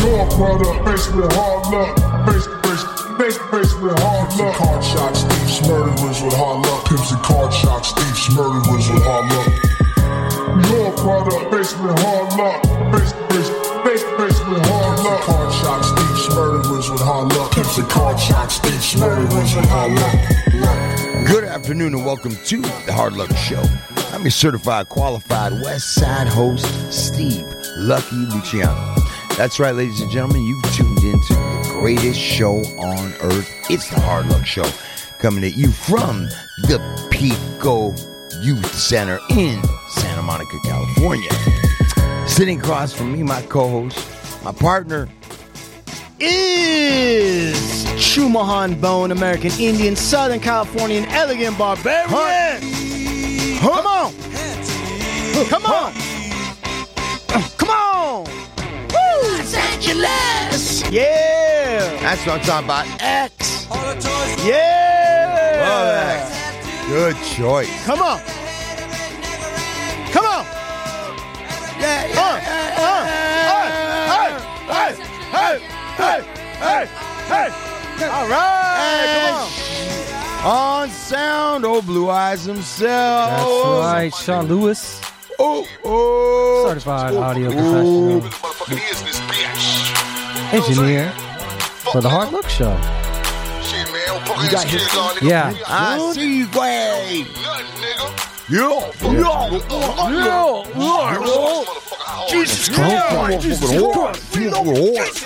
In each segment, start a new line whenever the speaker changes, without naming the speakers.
Raw product, faced with hard luck. Face to face, face to face with hard luck. Pimps and card shots, thieves, murderers with hard luck. Pimps and card shots, thieves, murderers with hard luck. Raw product, faced with hard luck. Face to face, face to face with hard luck. Card shots, thieves, murderers with hard luck. Pimps and card shots, thieves, murderers with hard luck.
Good afternoon and welcome to the Hard Luck Show. I'm your certified, qualified West Side host, Steve Lucky Luciano. That's right, ladies and gentlemen, you've tuned into the greatest show on earth. It's the Hard Luck Show, coming at you from the Pico Youth Center in Santa Monica, California. Sitting across from me, my co host, my partner,
is Chumahan Bone, American Indian, Southern Californian, elegant barbarian. Come on, come on, come on. Woo! Los Angeles. Yeah,
That's what I'm talking about. X.
yeah.
X. Good choice.
Come on, come on. Uh, uh, uh, hey, hey, hey, hey, hey, hey. All right,
On sound, old Blue Eyes himself.
That's right, Sean Lewis,
Oh, oh.
certified audio professional, engineer for the Hard Look Show.
You got hit.
Yeah,
I see you, Quay. Yo, yo, yo, yo, yo. Jesus Christ, Jesus Christ, we love you, Jesus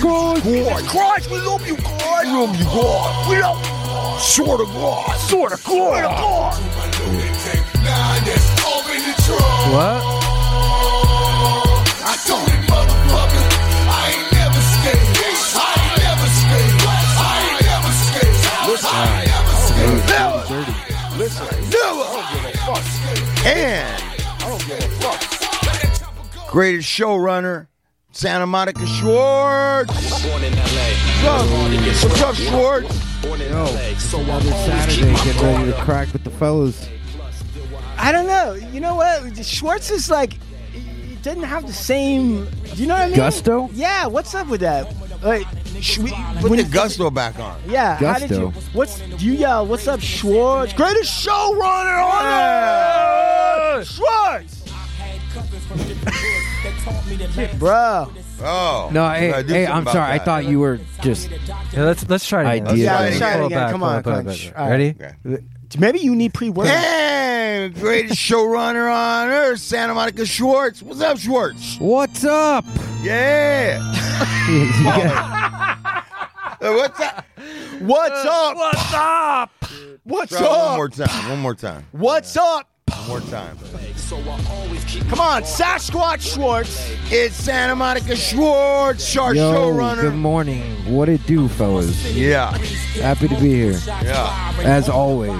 Christ, Jesus Christ, we love you, God. We love you, God. We love you, Sort of God. Sort of God.
what?
And greatest showrunner, Santa Monica Schwartz.
Born in LA.
What's up, Schwartz?
Another Saturday, getting ready to crack with the fellas.
I don't know. You know what? Schwartz is like, he doesn't have the same. Do you know what I mean?
Gusto?
Yeah. What's up with that? Like, sh- we,
Put
when
the
you-
gusto back on.
Yeah. How did
Gusto.
you? What's you yell? What's up, Schwartz? Greatest showrunner on earth, Schwartz. Bro,
Oh.
No, hey,
I do
hey,
something
I'm
about
sorry.
that.
I thought you were just.
Yeah, let's let's try it. again.
Idea.
Yeah, let's try it
Pull
again.
back,
Come
pull
on,
back,
come on.
pull back.
All right.
Ready?
Okay.
maybe you need pre-work.
Hey, greatest showrunner on earth, Santa Monica Schwartz. What's up, Schwartz?
What's up?
Yeah.
Yeah.
Uh, What's up?
What's
uh,
up?
What's up?
What's
Try one
up?
more time. One more time.
What's up?
One more time.
Come on, Sasquatch Schwartz.
It's Santa Monica Schwartz, our
Yo, good
showrunner.
morning. What it do, fellas?
Yeah.
Happy to be here,
Yeah.
as always.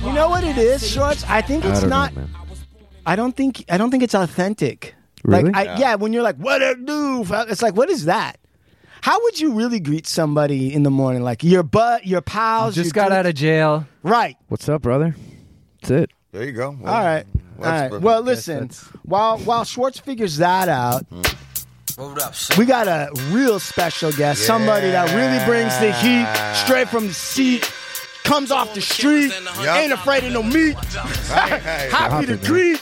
You know what it is, Schwartz? I think
I
it's
don't
not.
know, man.
I don't think I don't think it's authentic.
Really?
Like I, yeah. when you're like, "What it do?" fam?" It's like, "What is that?" How would you really greet somebody in the morning? Like your butt, your pals.
Just
your
got
dude-
out of jail.
right.
What's up, brother? That's it.
There you go.
All
Mm,
right. All
That's
right.
perfect. Mm.
Well, listen. While while Schwartz figures that out, we got a real special guest. Somebody that really brings the
Yeah.
heat straight from the seat. Comes off the street,
Yup.
ain't afraid of no meat.
Hey, hey,
Happy to
man.
greet.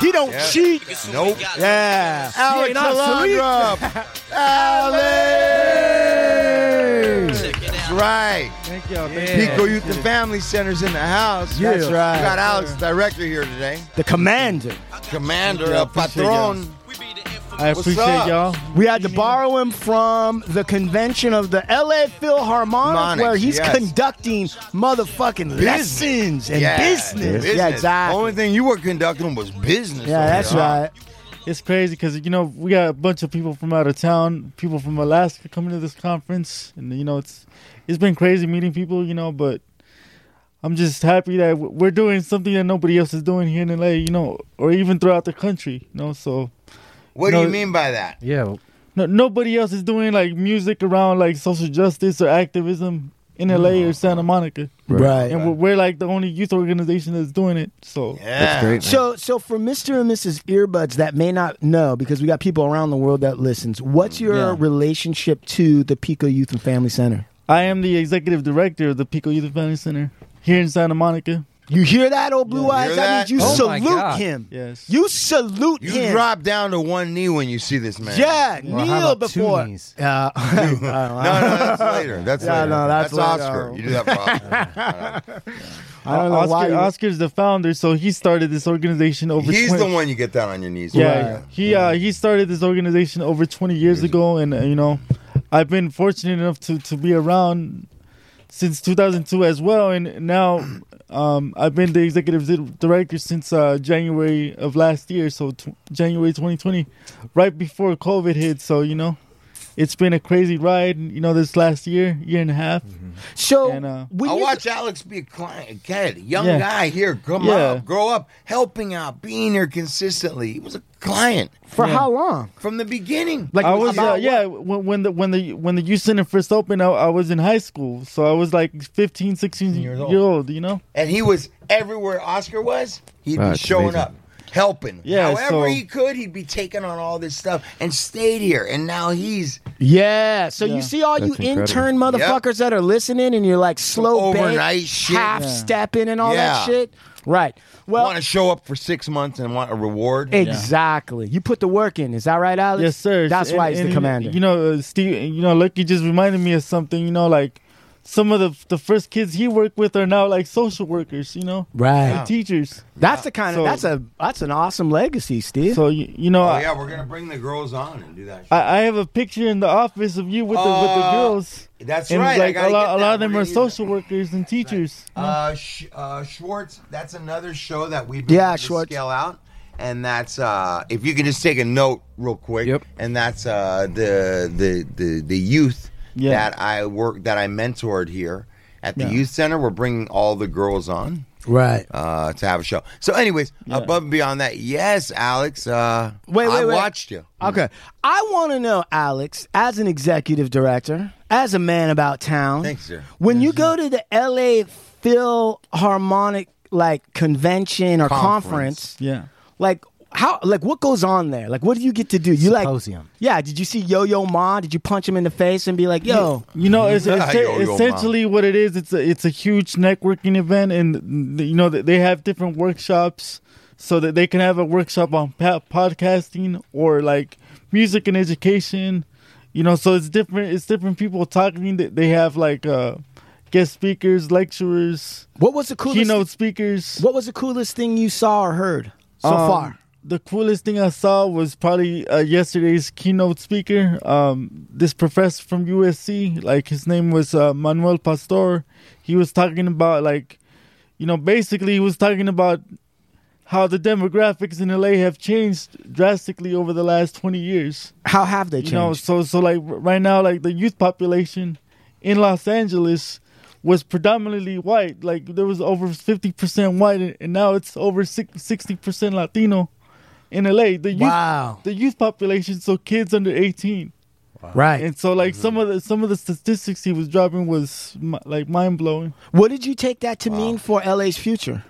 He don't
Yeah.
cheat.
Nope.
Yeah.
Alex
ain't obsolete.
Alondra. Alex. That's right.
Thank y'all.
Pico Youth and Family Center's in the house.
That's
We
right.
got Alex, director here today.
The commander.
Commander, El Patron.
I
appreciate up? y'all.
We had to borrow him from the convention of the LA Philharmonic,
Harmonic,
where he's
yes.
conducting motherfucking lessons and business. Yeah, exactly.
Only thing you were conducting was business.
yeah,
over
that's
here, huh?
right.
It's crazy because you know we got a bunch of people from out of town, people from Alaska coming to this conference, and you know it's it's been crazy meeting people, you know. But I'm just happy that w- we're doing something that nobody else is doing here in LA, you know, or even throughout the country, you know. So
What do
No.
you mean by that?
Yeah.
no, nobody else is doing like music around like social justice or activism in LA or Santa Monica.
Right. Right.
And we're, we're like the only youth organization that's doing it. So
Yeah.
great. man.
So, so for Mr. and Mrs. Earbuds that may not know, because we got people around the world that listens, what's your
Yeah.
relationship to the Pico Youth and Family Center?
I am the executive director of the Pico Youth and Family Center here in Santa Monica.
You hear that, old blue eyes?
Hear
That
that?
means you
Oh my
salute
God.
him.
Yes.
You salute
You
him.
drop down to one knee when you see this man.
Yeah,
Well, how
kneel
about two
before. Uh,
knees?
Yeah.
No, no, that's later. That's
Yeah,
later.
no, that's later.
Oscar. You do that for Oscar.
I don't know
Oscar,
why. you-
Oscar's the founder, so he started this organization over.
He's
20
the one you get down on your knees. with.
Yeah, he uh, he started this organization over 20 years ago, and uh, you know, I've been fortunate enough to to be around since 2002 as well, and now um, I've been the executive di- director since uh, January of last year, so t- January 2020, right before COVID hit. So you know, it's been a crazy ride. You know, this last year, year and a half.
So
And, uh,
when
I
you-
watch Alex be a client, kid, young
Yeah.
guy here, come
Yeah.
up, grow up, helping out, being here consistently. He was a client
for how long?
from the beginning.
Like
I was
about
uh, yeah when, when the when the when the youth center first opened, I, I was in high school, so I was like 15, 16 years
Years old.
old. Year old you know.
and he was everywhere Oscar was, he'd be
That's
showing
amazing.
up, helping.
Ah, Yeah,
However
so-
he could, he'd be taking on all this stuff and stayed here. And now he's
Yeah. So you
Yeah.
see all you
That's incredible.
intern motherfuckers that are listening, and you're like slow
overnight
bake,
shit.
half stepping, and all
Yeah.
that shit. Right. Well,
want to show up for six months and want a reward.
Exactly. You put the work in. Is that right, Alex?
Yes, sir.
That's
And-
why he's
and,
the commander.
You know, uh, Steve. You know, Lucky just reminded me of something. You know, like some of the the first kids he worked with are now like social workers. You know,
right.
and teachers.
That's the kind of
So-
that's a that's an awesome legacy, Steve.
So you, you know,
Oh, yeah, we're going to bring the girls on and do that. shit.
I, I have a picture in the office of you with the with the
Uh,
girls.
That's
And
right. I
like
gotta
a lot,
get
a
that.
lot of them
We're
are
gonna use that.
social workers and teachers.
Uh, Sh- uh, Schwartz, that's another show that we've been
Yeah,
able to
Schwartz.
scale out. And that's uh, if you can just take a note real quick.
Yep.
And that's uh, the the the the youth
Yeah.
that I work that I mentored here at the
Yeah.
youth center. We're bringing all the girls
Mm.
on
right.
uh, to have a show. So, anyways, above and beyond that, yes, Alex. Uh,
Wait, wait,
I
wait.
watched you.
Okay. I want to know, Alex, as an executive director, as a man about town.
Thanks, sir.
When you go to the LA Philharmonic like convention or
Conference.
conference,
Yeah.
like how like what goes on there? Like what do you get to do? You like
Symposium.
Yeah, did you see Yo Yo Ma? Did you punch him in the face and be like, "Yo,
Oh, You know, it's, it's
Yo, yo,
essentially what it is. It's a, it's a huge networking event, and you know they have different workshops, so that they can have a workshop on pa- podcasting or like music and education. You know, so it's different. It's different people talking. They- They have like uh, guest speakers, lecturers,
what was the coolest
keynote speakers.
What was the coolest thing you saw or heard so
Um,
far?
The coolest thing I saw was probably uh, yesterday's keynote speaker. Um, this professor from USC, like his name was uh, Manuel Pastor. He was talking about like, you know, basically he was talking about how the demographics in LA have changed drastically over the last 20 years.
How have they
You
changed?
know, so so like r- right now, like the youth population in Los Angeles was predominantly white. Like there was over fifty percent white, and- and now it's over sixty percent Latino in LA. The youth,
wow.
the youth population, so kids under eighteen,
Right.
and so like some of the some of the statistics he was dropping was mi- like mind blowing.
what did you take that to mean for LA's future?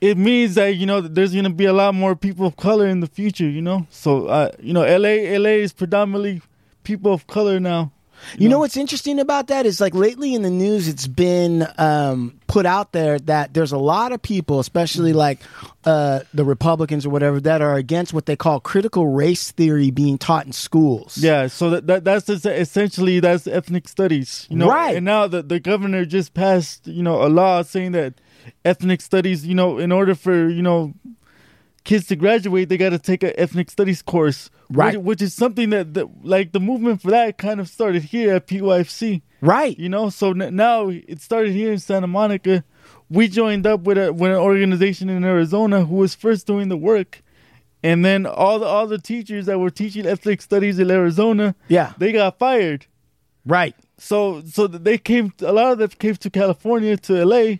it means that you know that there's gonna be a lot more people of color in the future. You know, so uh, you know, LA, LA is predominantly people of color now.
You know what's interesting about that is like lately in the news, it's been um, put out there that there's a lot of people, especially like uh, the Republicans or whatever, that are against what they call critical race theory being taught in schools.
Yeah, so that, that that's just essentially that's ethnic studies, you know.
Right.
And now the the governor just passed, you know, a law saying that ethnic studies, you know, in order for you know kids to graduate, they got to take an ethnic studies course,
Right.
Which, which is something that, that like the movement for that kind of started here at PYFC.
Right.
You know, so n- now it started here in Santa Monica. We joined up with a with an organization in Arizona who was first doing the work, and then all the all the teachers that were teaching ethnic studies in Arizona,
Yeah.
they got fired.
Right.
So so th- they came. A lot of them came to California to LA,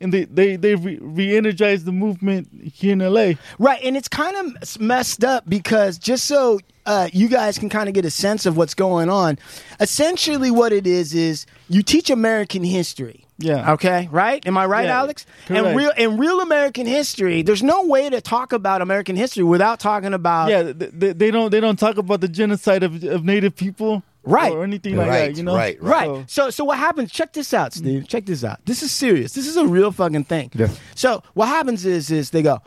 and they they they re- re-energized the movement here in LA.
Right, and it's kind of messed up because just so uh, you guys can kind of get a sense of what's going on, essentially what it is is you teach American history.
Yeah.
Okay. Right? Am I right,
Yeah,
Alex? And
correct.
real in real American history, there's no way to talk about American history without talking about
Yeah, th- th- they don't they don't talk about the genocide of, of native people,
Right.
or anything like
Right,
that. You know,
right,
Right.
So- Mm-hmm.
So so what happens? Check this out, Steve. Check this out. This is serious. This is a real fucking thing. So what happens is is they go,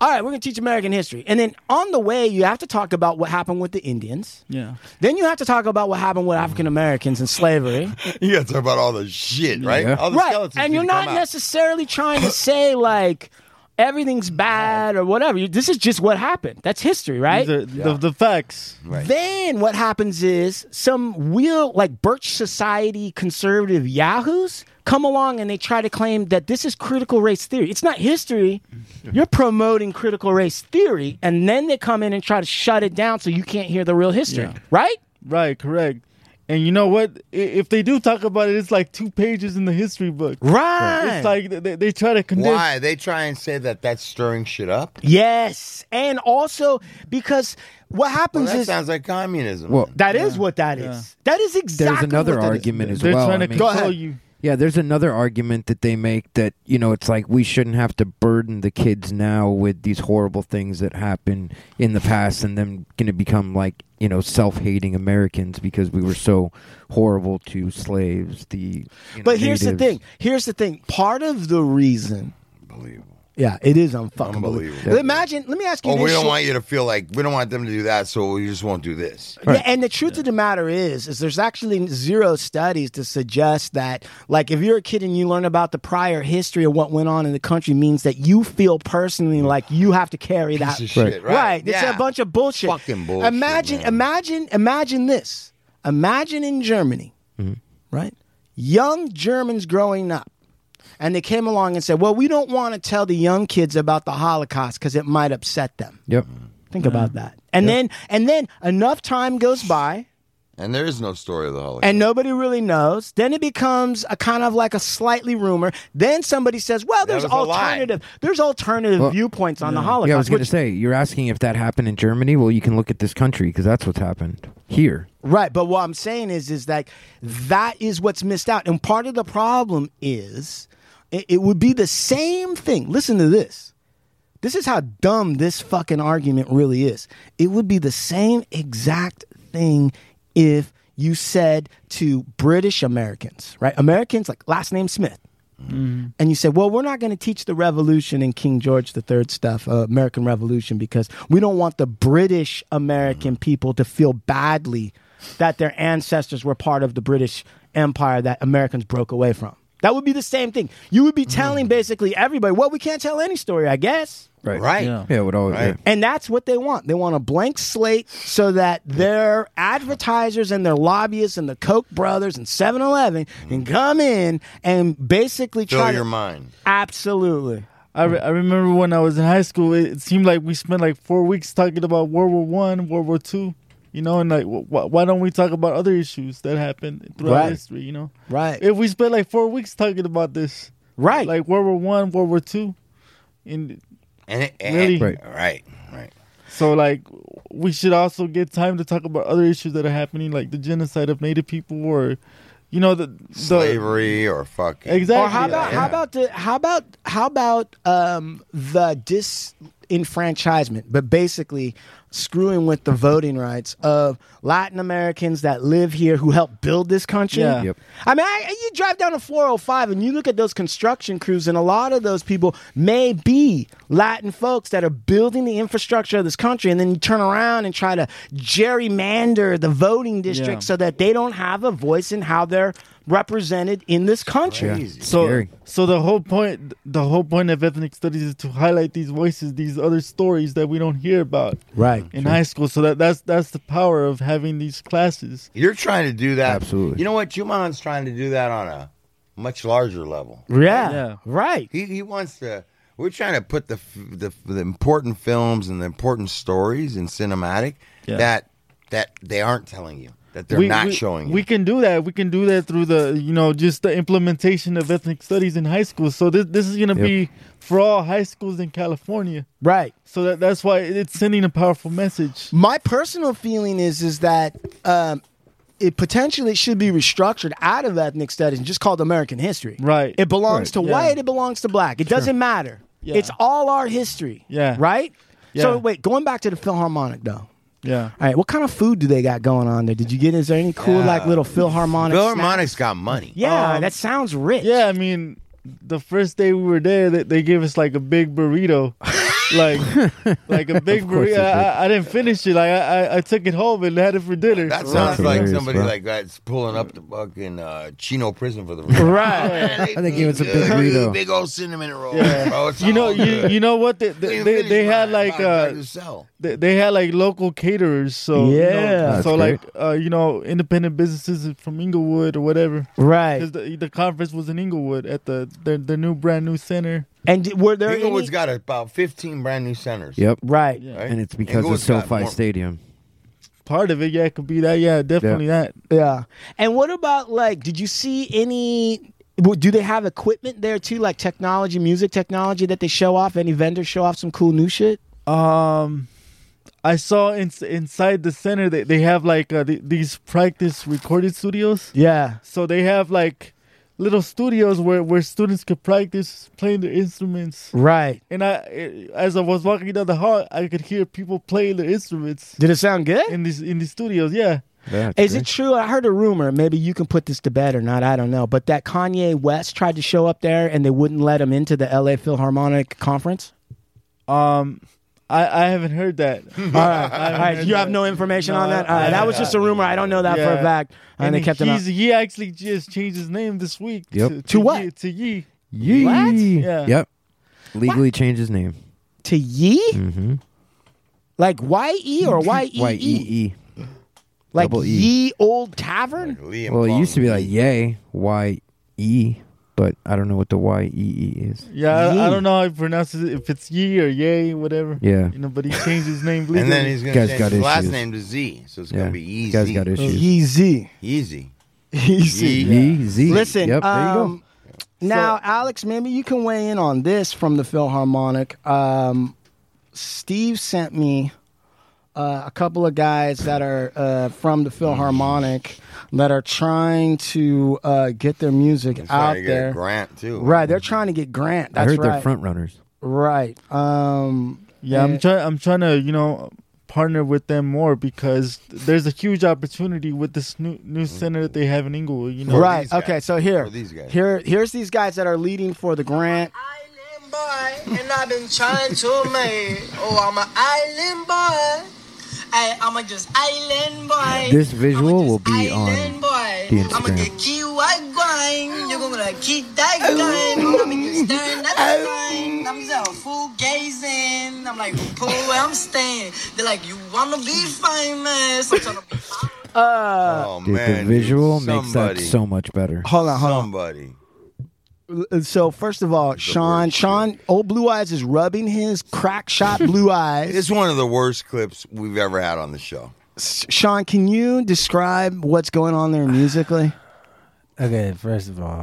all right, we're gonna teach American history, and then on the way you have to talk about what happened with the Indians.
Yeah,
Then you have to talk about what happened with African Americans and slavery.
You got to talk about all the shit, right?
Yeah.
All the
right.
skeletons
And
need
you're
to
not
come out.
necessarily trying to say like everything's bad or whatever. You- This is just what happened. That's history, right?
These are the, the facts.
Right.
Then what happens is some real like Birch Society conservative yahoos come along and they try to claim that this is critical race theory. It's not history. You're promoting critical race theory, and then they come in and try to shut it down so you can't hear the real history, right?
Right, correct. And you know what? I- If they do talk about it, it's like two pages in the history book.
Right.
It's like they, they try to condense.
Why they try and say that that's stirring shit up?
yes, and also because what
Well,
happens
that
is
sounds like communism.
Well,
that is what that is. That is exactly
there's another
what that is.
argument as
They're
well.
trying
I
to
mean-
control
Go ahead.
you.
Yeah, there's another argument that they make that, you know, it's like we shouldn't have to burden the kids now with these horrible things that happened in the past and them going to become like, you know, self-hating Americans because we were so horrible to slaves, the you know,
But here's the
natives.
thing. Here's the thing. Part of the reason
Unbelievable.
Yeah, it is unfucking
Unbelievable.
believable. Imagine. Let me ask you
Oh,
this.
we don't
shit.
want you to feel like we don't want them to do that, so we just won't do this.
Yeah, and the truth of the matter is, is there's actually zero studies to suggest that, like, if you're a kid and you learn about the prior history of what went on in the country, means that you feel personally like you have to carry that.
Piece of shit, right?
It's
Yeah.
a bunch of bullshit.
Fucking bullshit,
Imagine,
man.
imagine, imagine this. Imagine in Germany,
Mm-hmm.
right? Young Germans growing up. And they came along and said, Well, we don't want to tell the young kids about the Holocaust because it might upset them.
Yep.
Think about that. And then and then enough time goes by
And there is no story of the Holocaust.
and nobody really knows. Then it becomes a kind of like a slightly rumor. Then somebody says, "Well, there's
was a lie.
alternative. There's alternative viewpoints on the Holocaust."
Yeah, I was going to
which-
say, you're asking if that happened in Germany? Well, you can look at this country because that's what's happened here.
Right, but what I'm saying is, is like that is what's missed out, and part of the problem is it, it would be the same thing. Listen to this. This is how dumb this fucking argument really is. It would be the same exact thing if you said to British Americans, right? Americans like last name Smith. And you said, well, we're not going to teach the revolution and King George III stuff, uh, American Revolution, because we don't want the British
Mm-hmm.
American people to feel badly that their ancestors were part of the British Empire that Americans broke away from. That would be the same thing. You would be
Mm-hmm.
telling basically everybody, well, we can't tell any story, I guess.
Right.
right.
Yeah.
Yeah, it would always.
Right.
yeah.
And that's what they want. They want a blank slate so that their advertisers and their lobbyists and the Koch brothers and 7 Eleven can come in and basically
Fill
try
your
to.
mind.
Absolutely.
I, re- I remember when I was in high school, it, it seemed like we spent like four weeks talking about World War One, World War Two, you know, and like wh- wh- why don't we talk about other issues that happened throughout
Right.
history, you know?
Right.
If we spent like four weeks talking about this,
right.
like World War One, World War Two, and
And it, and,
Really?
Right.
Right.
Right. Right.
So like we should also get time to talk about other issues that are happening, like the genocide of Native people, or you know the, the
Slavery or fucking.
Exactly.
Or how about
Yeah.
how about the how about how about um, the disenfranchisement, but basically screwing with the voting rights of Latin Americans that live here who helped build this country.
Yeah.
Yep.
I mean, I, you drive down to 405 and you look at those construction crews, and a lot of those people may be Latin folks that are building the infrastructure of this country. And then you turn around and try to gerrymander the voting districts so that they don't have a voice in how they're represented in this country.
Yeah.
So
Scary.
so the whole point the whole point of ethnic studies is to highlight these voices, these other stories that we don't hear about
Right.
in high school. So that that's that's the power of having these classes.
You're trying to do that.
Absolutely.
You know what? Juman's trying to do that on a much larger level.
Yeah.
Yeah.
Right.
He he wants to. We're trying to put the f- the, f- the important films and the important stories in cinematic
Yeah.
that that they aren't telling you. that they're not showing.
We
it.
can do that. We can do that through the you know just the implementation of ethnic studies in high school. So this this is gonna
Yep.
be for all high schools in California.
Right.
So that that's why it's sending a powerful message.
My personal feeling is is that um, it potentially should be restructured out of ethnic studies and just called American history.
Right.
It belongs to
Right. Yeah.
white. It belongs to black. It doesn't matter.
Yeah.
It's all our history.
Yeah.
Right.
Yeah.
So wait, going back to the Philharmonic though.
Yeah.
All right, what kind of food do they got going on there? Did you get? Is there any cool like little Philharmonic? snacks?
Philharmonic's got money.
Yeah,
Um,
that sounds rich.
Yeah, I mean, the first day we were there, they, they gave us like a big burrito, like like a big
course
burrito.
they did.
I, I didn't finish it. Like I, I I took it home and had it for dinner.
That sounds like
hilarious,
somebody
bro.
like that's pulling up the fucking uh, Chino prison for the rest.
Right.
I
think it was a big burrito.
Big old cinnamon roll.
Yeah.
Bro, it's
You know,
all
you
Oh, good.
you know what? They they,
Didn't
they,
finish
they had
mine.
like
Mine tried
uh,
to sell.
they, they had like local caterers. So you know,
Yeah.
so
That's
like uh, you know, independent businesses from Inglewood or whatever.
Right.
Because the, the conference was in Inglewood at the their, their new brand new center.
And d- were there any-
Inglewood's got about 15 brand new centers.
Yep.
right?
Yeah.
Right?
And it's because of
Inglewood's got
SoFi
more-
Stadium.
Part of it, yeah, it could be that. Yeah, definitely that.
Yeah. And what about like? Did you see any? w- Do they have equipment there too, like technology, music technology that they show off? Any vendors show off some cool new shit?
Um, I saw in, inside the center they, they have like uh, the, these practice recording studios.
Yeah.
So they have like little studios where, where students could practice playing their instruments.
Right.
And I, eh, as I was walking down the hall, I could hear people playing their instruments
Did it sound good?
in these in these studios. Yeah,
That's
Is
great.
it true? I heard a rumor. Maybe you can put this to bed or not. I don't know. But that Kanye West tried to show up there and they wouldn't let him into the LA Philharmonic Conference.
um, I I haven't heard that. All right,
All right, you have no information
No,
on that.
I-
All right,
I-
that was just a rumor. I don't know that for a
Yeah.
fact. And, they kept it.
he's,
on.
He actually just changed his name this week.
Yep.
To,
To what?
Ye- to Yee.
Yee.
What?
Yeah.
Yep. Legally changed his name.
to Yee,
Mm-hmm.
like Y E or Y E
Y E
E,
E.
like
double E.
Ye Old
Like
Tavern.
Liam
Well, it
Pong.
used to be like Yay Y E, but I don't know what the Y E E is.
Yeah,
Yee.
I, I don't know how he pronounces it. If it's Yee or Yay, whatever.
Yeah.
You know, but he changed his name legally.
And then he's going to
Guy's
change
got
his last
issues.
name to Z. So it's
yeah.
going to be easy.
Guys got issues.
Yeezy.
Easy.
Yeezy.
Yee Z.
Listen,
Yep. There you go.
um, now Alex, maybe you can weigh in on this from the Philharmonic. Um, Steve sent me uh, a couple of guys that are uh, from the Philharmonic that are trying to uh, get their music
He's
out
trying to get a
there.
grant, too.
Right, they're trying to get Grant.
I
That's
heard
right.
they're front runners.
Right. Um,
yeah, I'm trying. I'm trying to you know partner with them more because there's a huge opportunity with this new new center that they have in Inglewood. You know,
For
right.
these guys.
Okay. So here,
For these guys.
here, here's these guys that are leading for the grant.
island boy, and I've been trying to make. Oh, I'm an island boy. I, I'm a just island boy.
This visual
I'm a
will
just
be on
island boy.
the
I'm
Instagram.
gonna keep white going. You're gonna keep that going. I'm gonna just stand that line. I'm just a fool gazing. I'm like, pull where I'm staying. They're like, you wanna be famous? I'm trying to be famous.
Uh,
Oh,
Dude,
man.
the visual
dude.
makes that
Somebody.
so much better.
hold on, hold on.
Somebody.
Uh, So first of all, Sean,
worst
Sean, old Blue Eyes is rubbing his crack shot blue eyes.
It's one of the worst clips we've ever had on the show.
S- Sean, can you describe what's going on there musically?
Okay, first of all,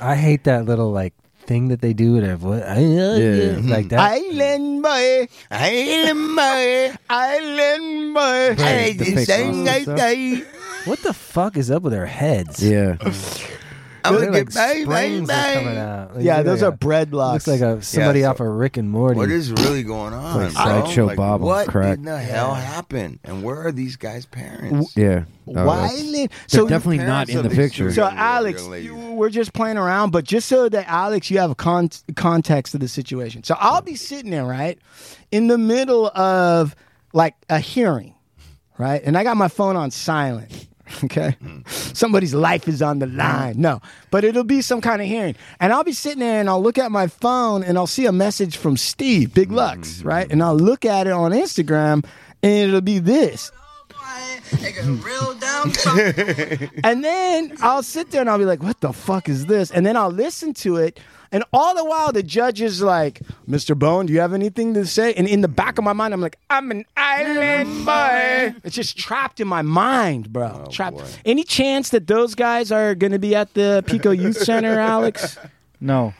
I hate that little like thing that they do with their voice.
Yeah. Mm-hmm.
Like that.
Island boy,
Island boy.
island boy.
Right,
Hey,
the
this
fake
ain't
Rasta
like
stuff.
that.
what the fuck is up with their heads?
Yeah.
I'm
They're
gonna
like
get bang, bang,
springs are coming
bang.
out. Like,
Yeah,
look
those
like
are bread
a-
locks.
Looks like a somebody
so-
off of Rick and Morty.
What is really going on?
Like
bro?
Sideshow Bob on
What
crack.
in the hell happened? And where are these guys' parents?
Yeah. No,
Why?
Oh, that's-
li-
They're
So
definitely not
parents
in
of
the
these
picture.
students.
So
Young- young
Alex,
ladies.
you, we're just playing around, but just so that Alex, you have a con- context of the situation. So I'll be sitting there, right, in the middle of like a hearing, right, and I got my phone on silent. Okay,
Mm.
somebody's life is on the
Mm-hmm.
line. No, but it'll be some kind of hearing, and I'll be sitting there and I'll look at my phone and I'll see a message from Steve Big Lux,
Mm-hmm.
right, and I'll look at it on Instagram, and it'll be this.
Boy, they got a real down trouble.
And then I'll sit there and I'll be like, what the fuck is this? And then I'll listen to it And all the while, the judge is like, Mr. Bone, do you have anything to say? And in the back of my mind, I'm like, I'm an island boy. It's just trapped in my mind, bro. trapped. Any chance that those guys are going to be at the Pico Youth Center, Alex?
No.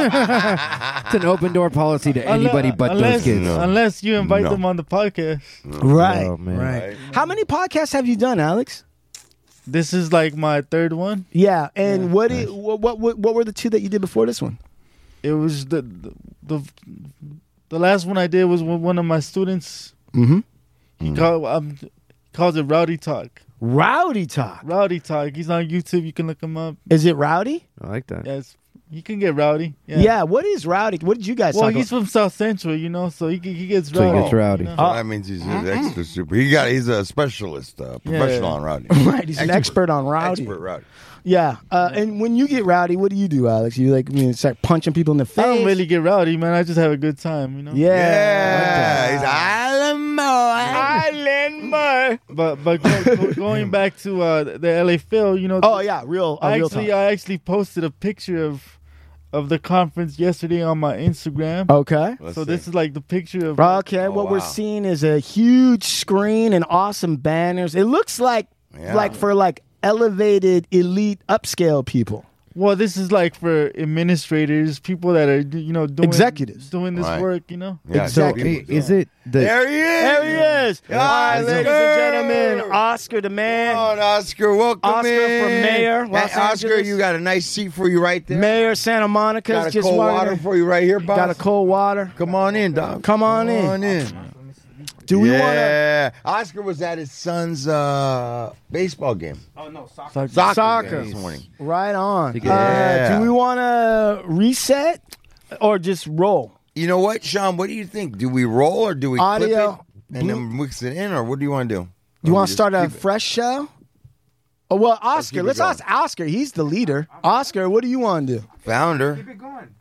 It's an open door policy to anybody
Unle-
but
unless,
those kids.
Unless you invite
No.
them on the podcast.
Right.
Oh, man.
Right. How many podcasts have you done, Alex?
This is like my third one.
Yeah, and what, did, what what what what were the two that you did before this one?
It was the the the, the last one I did was with one of my students.
Mhm.
He called um, calls it Rowdy Talk.
Rowdy talk.
Rowdy Talk. He's on YouTube. You can look him up.
Is it rowdy?
I like that.
Yes, you can get rowdy.
Yeah. What is rowdy? What did you guys
Well,
talk
he's from South Central, you know, so he g- he gets
So he
rowdy.
gets rowdy.
you know?
that means he's an extra super. He got he's a specialist, uh, professional on rowdy.
about? Right. He's an expert on rowdy.
Expert rowdy.
Yeah. Uh, and when you get rowdy, what do you do, Alex? You like I mean, start punching people in the face?
I don't really get rowdy, man. I just have a good time, you know.
Yeah.
Yeah, he's island boy.
Island boy.
But but go, go, going back to uh, the LA Phil, you know.
Oh yeah, real. Uh,
I
real
actually
talk.
I actually posted a picture of of the conference yesterday on my Instagram.
okay.
Let's
so
see.
this is like the picture of
Okay, what we're
Oh, wow.
seeing is a huge screen and awesome banners. It looks like
Yeah.
like for like elevated elite upscale people.
well, this is like for administrators, people that are you know doing
Executives.
doing this
Right.
work, you know.
Yeah,
Hey,
exactly.
is it the
There he is.
There he is.
Yeah.
All right, ladies and
Oscar.
gentlemen, Oscar the man.
Come on, Oscar, welcome
Oscar
in.
for mayor, Los
Hey, Oscar,
Angeles.
you got a nice seat for you right there.
Mayor of Santa Monica
got a
just
cold
wanted
water
to-
for you right here, boss.
got a cold water.
Come on in, dog.
Come on in.
Come on in.
Do we want
yeah. Oscar was at his son's uh, baseball game.
Soccer.
Soccer,
Soccer.
game this morning.
to right on? Uh,
Yeah.
do we want to reset or just roll?
You know what, Sean? What do you think? Do we roll or do we
Audio.
clip it and then mix it in, or what do you want to do?
You
Or we
want to
just
start a
keep it?
fresh show? Oh, well,
keep
Oscar,
it
let's
going.
ask Oscar. He's the leader. Oscar, what do you want to do?
founder?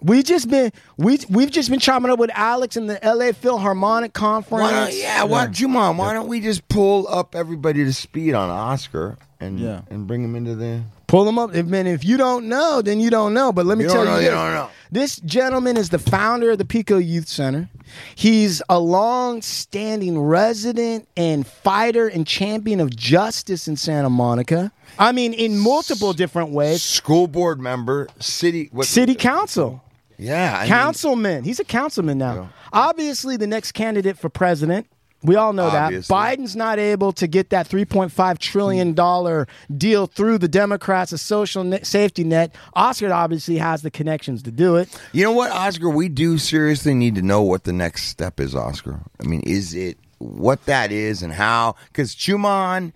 We just been we we've just been chopping up with Alex in the L.A. Philharmonic Conference.
Why don't, yeah, why don't you, mom? Why don't we just pull up everybody to speed on Oscar and
Yeah.
and bring him into the?
Pull them up. If, man, if you don't know, then you don't know. But let me
You
tell
don't know.
you,
You
this.
don't know.
This gentleman is the founder of the Pico Youth Center. He's a long-standing resident and fighter and champion of justice in Santa Monica. I mean, in multiple different ways.
School board member, city, what,
City council,
yeah, I mean,
councilman. He's a councilman now. Obviously, the next candidate for president. We all know
Obviously.
that Biden's not able to get that 3.5 trillion dollar deal through the Democrats' a social net, safety net. Oscar obviously has the connections to do it.
You know what, Oscar? We do seriously need to know what the next step is, Oscar. I mean, is it what that is and how? Because Chuman,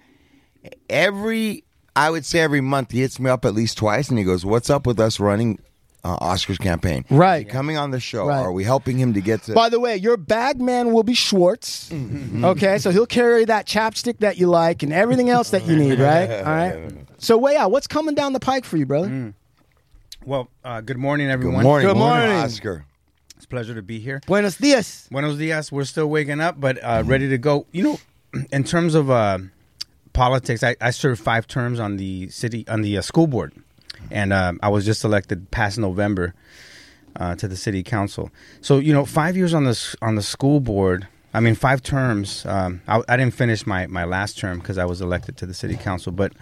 every I would say every month he hits me up at least twice, and he goes, "What's up with us running uh, Oscar's campaign? Is
Right.
he coming on the show?
Right.
Are we helping him to get to?"
By the way, your bag man will be Schwartz.
Mm-hmm.
Okay, so he'll carry that chapstick that you like and everything else that you need, right? All right. So, way out. What's coming down the pike for you, brother?
Well, uh, good morning,
good
everyone.
morning,
Good morning.
Oscar.
It's a pleasure to be here.
Buenos dias.
Buenos dias. We're still waking up, but uh, ready to go. You know, in terms of uh, politics, I, I served five terms on the city on the uh, school board, and um, I was just elected past November uh, to the city council. So you know, five years on the s- on the school board. I mean, five terms. Um, I, I didn't finish my my last term because I was elected to the city council, but.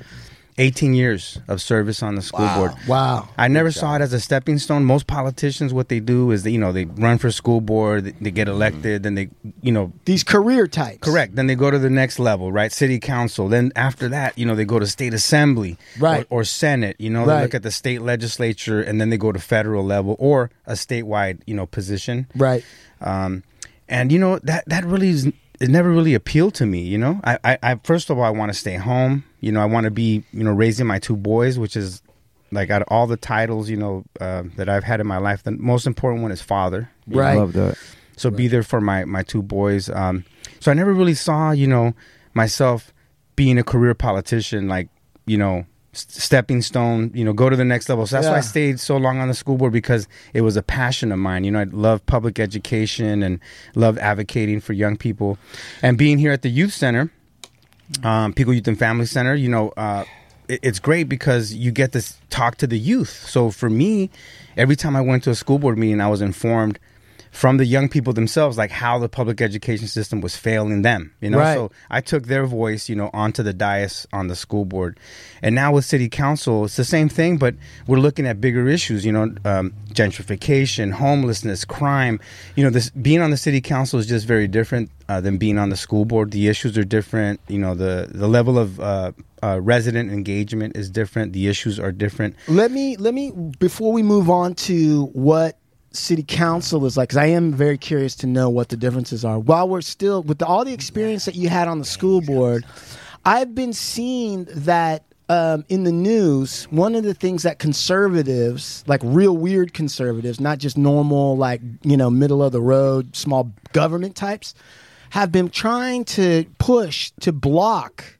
18 years of service on the school board.
Wow.
I never saw it as a stepping stone. Most politicians, what they do is, they, you know, they run for school board, they- they get elected, then they, you know,
Mm-hmm. These career types.
correct. Then they go to the next level, right? City council. Then after that, you know, they go to state assembly,
Right.
or, or senate. You know,
Right.
they look at the state legislature, and then they go to federal level or a statewide, you know, position.
Right.
Um, and you know that that really is it never really appealed to me. You know, I, I, I first of all I want to stay home. You know, I want to be you know raising my two boys, which is like out of all the titles you know uh, that I've had in my life, the most important one is father.
Right.
Love that.
So be there for my my two boys. Um, so I never really saw you know myself being a career politician, like you know s- stepping stone, you know, go to the next level. So that's why
Yeah.
I stayed so long on the school board because it was a passion of mine. You know, I love public education and love advocating for young people, and being here at the youth center um, Pico Youth and Family Center. You know, uh, it- it's great because you get to s- talk to the youth. So for me, every time I went to a school board meeting, I was informed from the young people themselves, like how the public education system was failing them. You know,
Right.
so I took their voice, you know, onto the dais on the school board, and now with city council, it's the same thing, but we're looking at bigger issues. You know, um, gentrification, homelessness, crime. You know, this being on the city council is just very different uh, than being on the school board. The issues are different. You know, the the level of uh, uh, resident engagement is different. The issues are different.
Let me let me before we move on to what city council is like because I am very curious to know what the differences are. While we're still with the, all the experience that you had on the school board, I've been seeing that. Um, in the news, one of the things that conservatives, like real weird conservatives, not just normal, like, you know, middle of the road, small government types, have been trying to push to block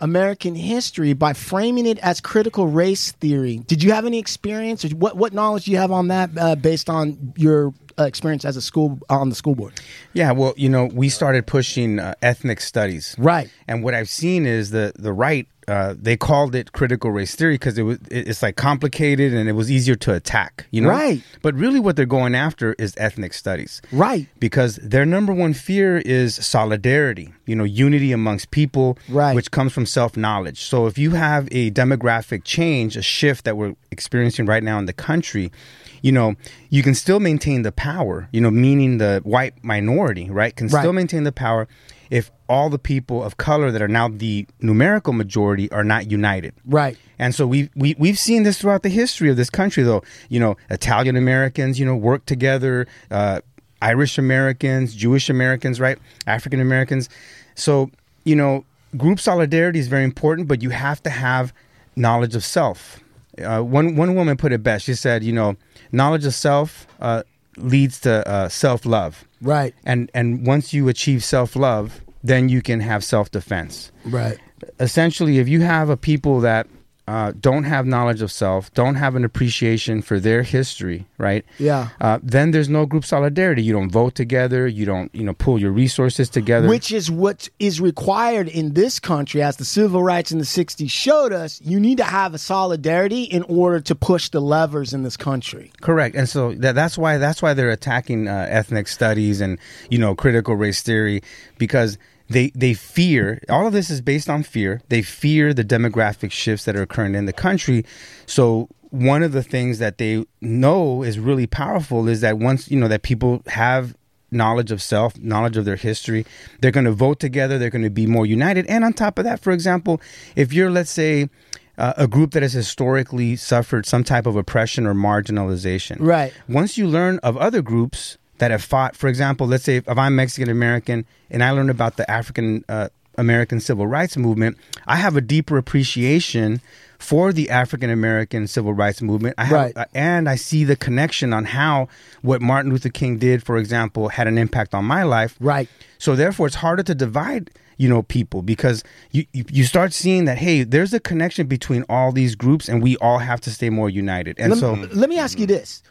American history by framing it as critical race theory. Did you have any experience, or what what knowledge do you have on that uh, based on your uh, experience as a school on the school board?
Yeah, well, you know, we started pushing uh, ethnic studies,
Right.
And what I've seen is the the right uh, they called it critical race theory because it was it- it's like complicated and it was easier to attack, you know.
Right.
But really, what they're going after is ethnic studies,
Right.
Because their number one fear is solidarity, you know, unity amongst people,
Right.
Which comes from self knowledge. So if you have a demographic change, a shift that we're experiencing right now in the country, you know, you can still maintain the power, you know, meaning the white minority, right? Can
Right.
still maintain the power if all the people of color that are now the numerical majority are not united.
Right.
And so we we we've seen this throughout the history of this country, though. You know, Italian Americans, you know, work together. Uh, Irish Americans, Jewish Americans, right? African Americans. So you know, group solidarity is very important, but you have to have knowledge of self. Uh, one one woman put it best. She said, you know, knowledge of self uh, leads to uh, self love.
Right.
And and once you achieve self love, then you can have self defense
Right.
essentially, if you have a people that uh, don't have knowledge of self, don't have an appreciation for their history, right?
Yeah.
Uh, then there's no group solidarity. You don't vote together. You don't, you know, pull your resources together.
Which is what is required in this country, as the civil rights in the '60s showed us. You need to have a solidarity in order to push the levers in this country.
correct. And so that, that's why that's why they're attacking uh, ethnic studies and you know critical race theory because. They, they fear all of this is based on fear. They fear the demographic shifts that are occurring in the country. So one of the things that they know is really powerful is that once you know that people have knowledge of self, knowledge of their history. They're going to vote together. They're going to be more united. And on top of that, for example, if you're, let's say, uh, a group that has historically suffered some type of oppression or marginalization.
Right.
Once you learn of other groups that have fought, for example, let's say if I'm Mexican American and I learn about the African uh, American Civil Rights Movement, I have a deeper appreciation for the African American Civil Rights Movement. I have,
Right.
uh, and I see the connection on how what Martin Luther King did, for example, had an impact on my life.
Right.
So therefore, it's harder to divide, you know, people because you you, you start seeing that hey, there's a connection between all these groups, and we all have to stay more united. And
Lem-
so
let, me ask you this.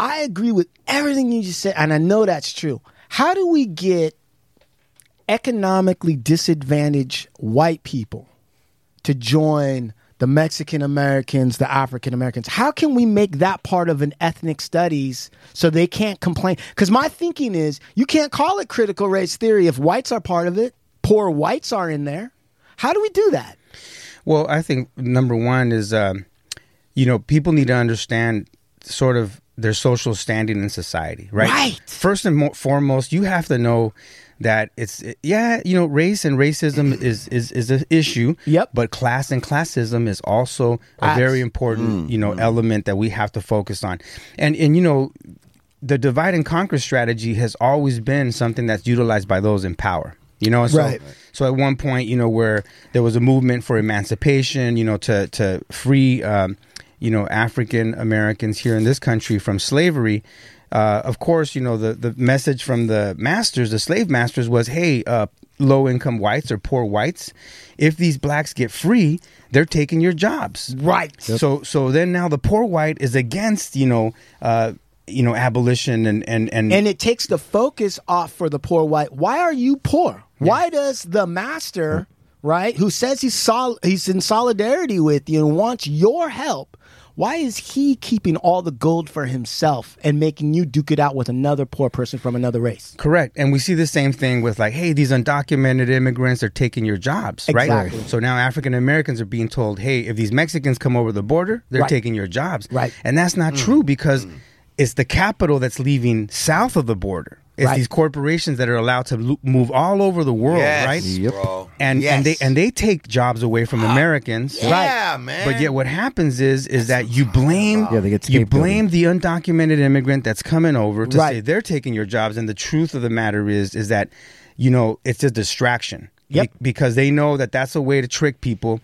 I agree with everything you just said, and I know that's true. How do we get economically disadvantaged white people to join the Mexican Americans, the African Americans? How can we make that part of an ethnic studies so they can't complain? Because my thinking is you can't call it critical race theory if whites are part of it, poor whites are in there. How do we do that?
Well, I think number one is, um, you know, people need to understand sort of their social standing in society, right?
Right.
First and mo- foremost, you have to know that it's yeah, you know, race and racism is is is an issue.
Yep.
But class and classism is also a
Abs-
very important, you know, element that we have to focus on, and and you know. The divide and conquer strategy has always been something that's utilized by those in power. You know, and so
Right.
so at one point, you know, where there was a movement for emancipation, you know, to to free, um, you know, African Americans here in this country from slavery. Uh, of course, you know the the message from the masters, the slave masters, was, "Hey, uh, low income whites or poor whites, if these blacks get free, they're taking your jobs."
Right.
So so then now the poor white is against, you know, uh, you know, abolition and and
Mm.
and,
and it takes the focus off for the poor white. Why are you poor? Why does the master right? Who says he's sol- he's in solidarity with you and wants your help. Why is he keeping all the gold for himself and making you duke it out with another poor person from another race?
Correct. And we see the same thing with like, hey, these undocumented immigrants are taking your jobs,
Exactly.
right? So now African Americans are being told, hey, if these Mexicans come over the border, they're
Right.
taking your jobs.
Right.
And that's
Mm.
not true because it's the capital that's leaving south of the border. It's
Right.
these corporations that are allowed to lo- move all over the world,
Yes,
right?
bro.
And and they
Yes.
and they take jobs away from Americans,
Yeah, man.
But yet, what happens is is that you blame
Yeah, they get
you
scapegoated.
blame the undocumented immigrant that's coming over to
Right.
say they're taking your jobs, and the truth of the matter is is that you know it's a distraction.
Yep.
because they know that that's a way to trick people.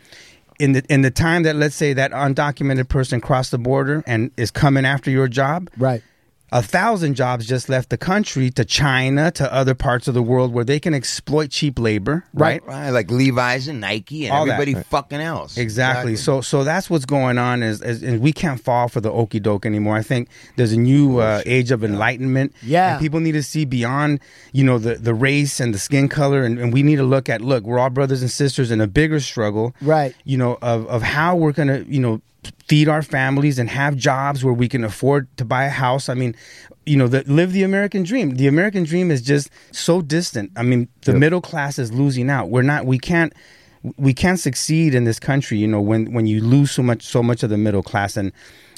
In the in the time that let's say that undocumented person crossed the border and is coming after your job,
Right.
a thousand jobs just left the country to China to other parts of the world where they can exploit cheap labor, right?
Right, like Levi's and Nike and
All that.
everybody fucking else.
Exactly. So so that's what's going on is, is and we can't fall for the okey doke anymore. I think there's a new uh, age of enlightenment.
Yeah.
And people need to see beyond, you know, the, the race and the skin color and, and we need to look at look, we're all brothers and sisters in a bigger struggle.
Right.
You know, of, of how we're gonna, you know, feed our families and have jobs where we can afford to buy a house. I mean, you know, the, live the American dream. The American dream is just so distant. I mean, the middle class is losing out. We're not we can't we can't succeed in this country, you know, when when you lose so much so much of the middle class and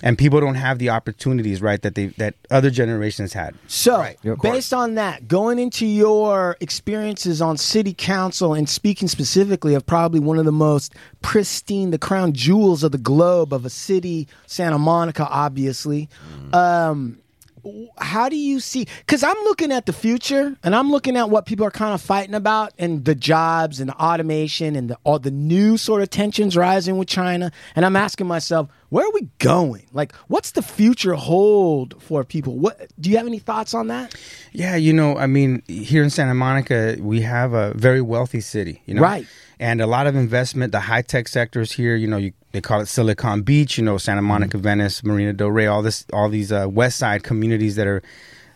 and people don't have the opportunities, right, that they that other generations had.
So,
of course.
based on that, going into your experiences on city council and speaking specifically of probably one of the most pristine, the crown jewels of the globe of a city, Santa Monica, obviously. Um, w- how do you see? Because I'm looking at the future and I'm looking at what people are kind of fighting about and the jobs and the automation and the, all the new sort of tensions rising with China. And I'm asking myself, where are we going? Like, what's the future hold for people? What do you have any thoughts on that?
Yeah, you know, I mean, here in Santa Monica, we have a very wealthy city, you know.
Right.
And a lot of investment, the high tech sectors here, you know, you, they call it Silicon Beach, you know,
Mm-hmm.
Santa Monica, Venice, Marina del Rey, all this all these uh, west side communities that are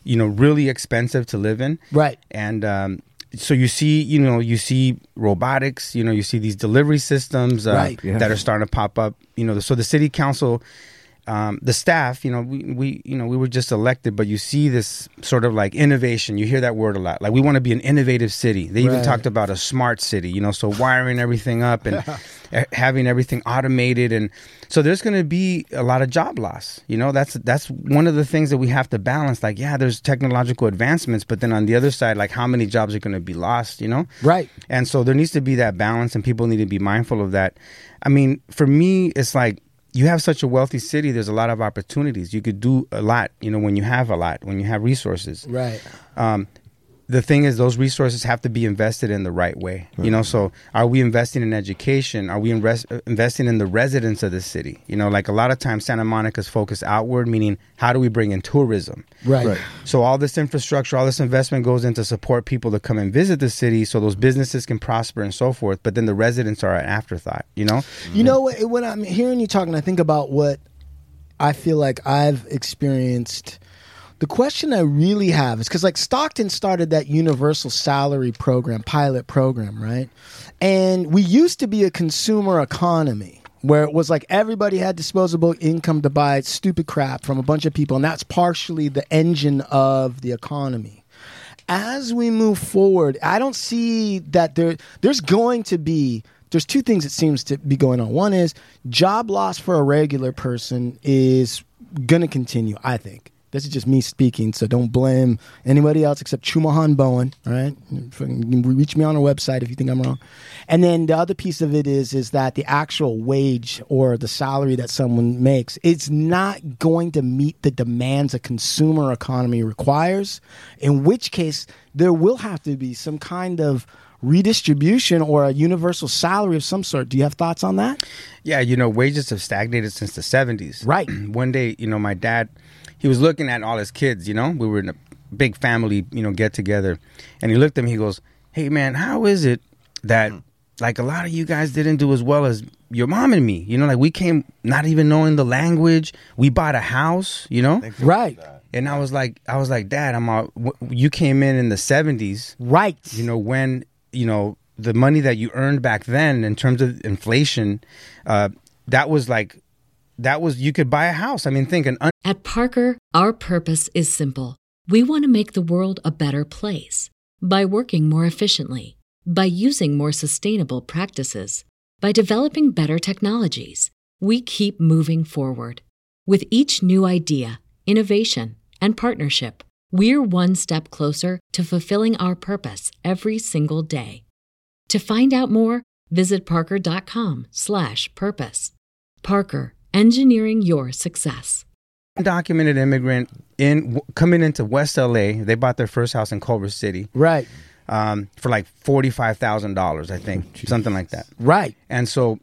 you know really expensive to live in.
Right.
And um so you see, you know, you see robotics, you know, you see these delivery systems uh,
Right.
Yeah.
that are starting to pop up, you know. So the city council um, the staff, you know, we, we, you know, we were just elected, but you see this sort of like innovation. You hear that word a lot. Like we want to be an innovative city. They even
Right.
talked about a smart city, you know, so wiring everything up and eh, having everything automated, and so there's going to be a lot of job loss. You know, that's that's one of the things that we have to balance. Like, yeah, there's technological advancements, but then on the other side, like how many jobs are going to be lost? You know,
Right.
and so there needs to be that balance, and people need to be mindful of that. I mean, for me, it's like you have such a wealthy city, there's a lot of opportunities. You could do a lot, you know, when you have a lot, when you have resources.
Right.
Um, the thing is, those resources have to be invested in the right way. You know, so are we investing in education? Are we invest, investing in the residents of the city? You know, like a lot of times Santa Monica's focused outward, meaning how do we bring in tourism?
Right.
So all this infrastructure, all this investment goes in to support people to come and visit the city, so those businesses can prosper and so forth. But then the residents are an afterthought, you know.
You know what? When I'm hearing you talking, I think about what I feel like I've experienced. The question I really have is because, like, Stockton started that universal salary program, pilot program, right? And we used to be a consumer economy where it was like everybody had disposable income to buy stupid crap from a bunch of people. And that's partially the engine of the economy as we move forward, I don't see that there there's going to be there's two things that seems to be going on. One is job loss for a regular person is going to continue, I think. This is just me speaking, so don't blame anybody else except Chumahan Bowen. All right, You can reach me on our website if you think I'm wrong. And then the other piece of it is is that the actual wage or the salary that someone makes it's not going to meet the demands a consumer economy requires. In which case, there will have to be some kind of redistribution or a universal salary of some sort. Do you have thoughts on that?
Yeah, you know, wages have stagnated since the 70s.
Right.
One day, you know, my dad, he was looking at all his kids, you know, we were in a big family, you know, get together. And he looked at me, he goes, Hey, man, how is it that, like, a lot of you guys didn't do as well as your mom and me? You know, like, we came not even knowing the language. We bought a house, you know?
Right,
And I was like, I was like, Dad, I'm all, w- you came in in the 70s
right.
you know when you know the money that you earned back then in terms of inflation, uh, that was like, that was you could buy a house. I mean, think an
At Parker, our purpose is simple. We want to make the world a better place by working more efficiently, by using more sustainable practices, by developing better technologies. We keep moving forward. With each new idea, innovation, and partnership, we're one step closer to fulfilling our purpose every single day. To find out more, visit parker.com/purpose. Parker, engineering your success.
undocumented immigrant in w- coming into West LA. They bought their first house in Culver City
Right.
um, for like forty five thousand dollars, I think, something like that.
Right.
And so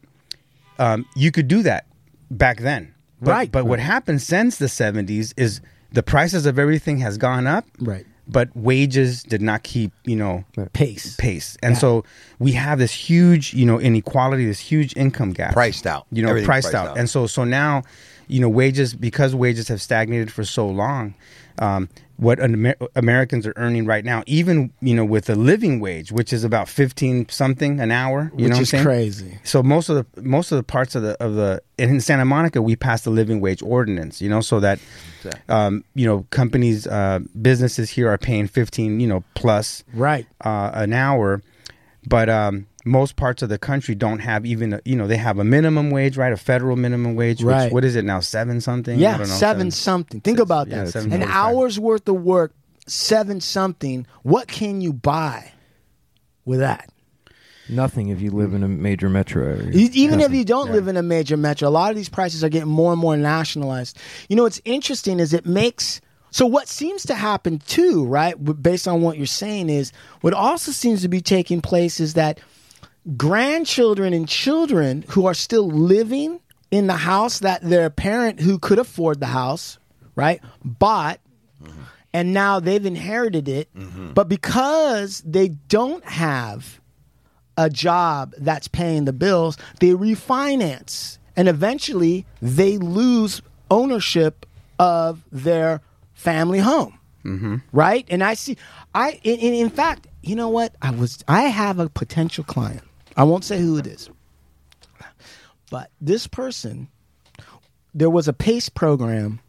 um, you could do that back then. But,
Right.
But what happened since the 70s is the prices of everything has gone up.
Right.
But wages did not keep, you know,
Pace.
pace. And so we have this huge, you know, inequality, this huge income gap.
Priced out.
You know,
Everything's
priced,
priced
out.
out.
And so so now, you know, wages because wages have stagnated for so long, um, what an Amer- Americans are earning right now, even you know, with a living wage, which is about fifteen something an hour,
Which
you know, what I'm
is
saying?
crazy.
So most of the most of the parts of the of the in Santa Monica, we passed the living wage ordinance, you know, so that um, you know companies, uh, businesses here are paying fifteen, you know, plus
Right.
uh, an hour, but um, most parts of the country don't have even a, you know they have a minimum wage, right? A federal minimum wage. Which,
Right.
What is it now? Seven something? I
Yeah,
don't know,
seven something. Think about
yeah,
that.
seven
An
forty-five.
hour's worth of work, seven something. What can you buy with that?
Nothing if you live in a major metro area.
E- Even if you don't live in a major metro, a lot of these prices are getting more and more nationalized. You know, what's interesting is it makes. So what seems to happen too, right, w- based on what you're saying, is what also seems to be taking place is that grandchildren and children who are still living in the house that their parent who could afford the house, right, bought and now they've inherited it. But because they don't have a job that's paying the bills, they refinance and eventually they lose ownership of their family home. Right? And I see, I, in, in, in fact, you know what? I was, I have a potential client. I won't say who it is, but this person, there was a PACE program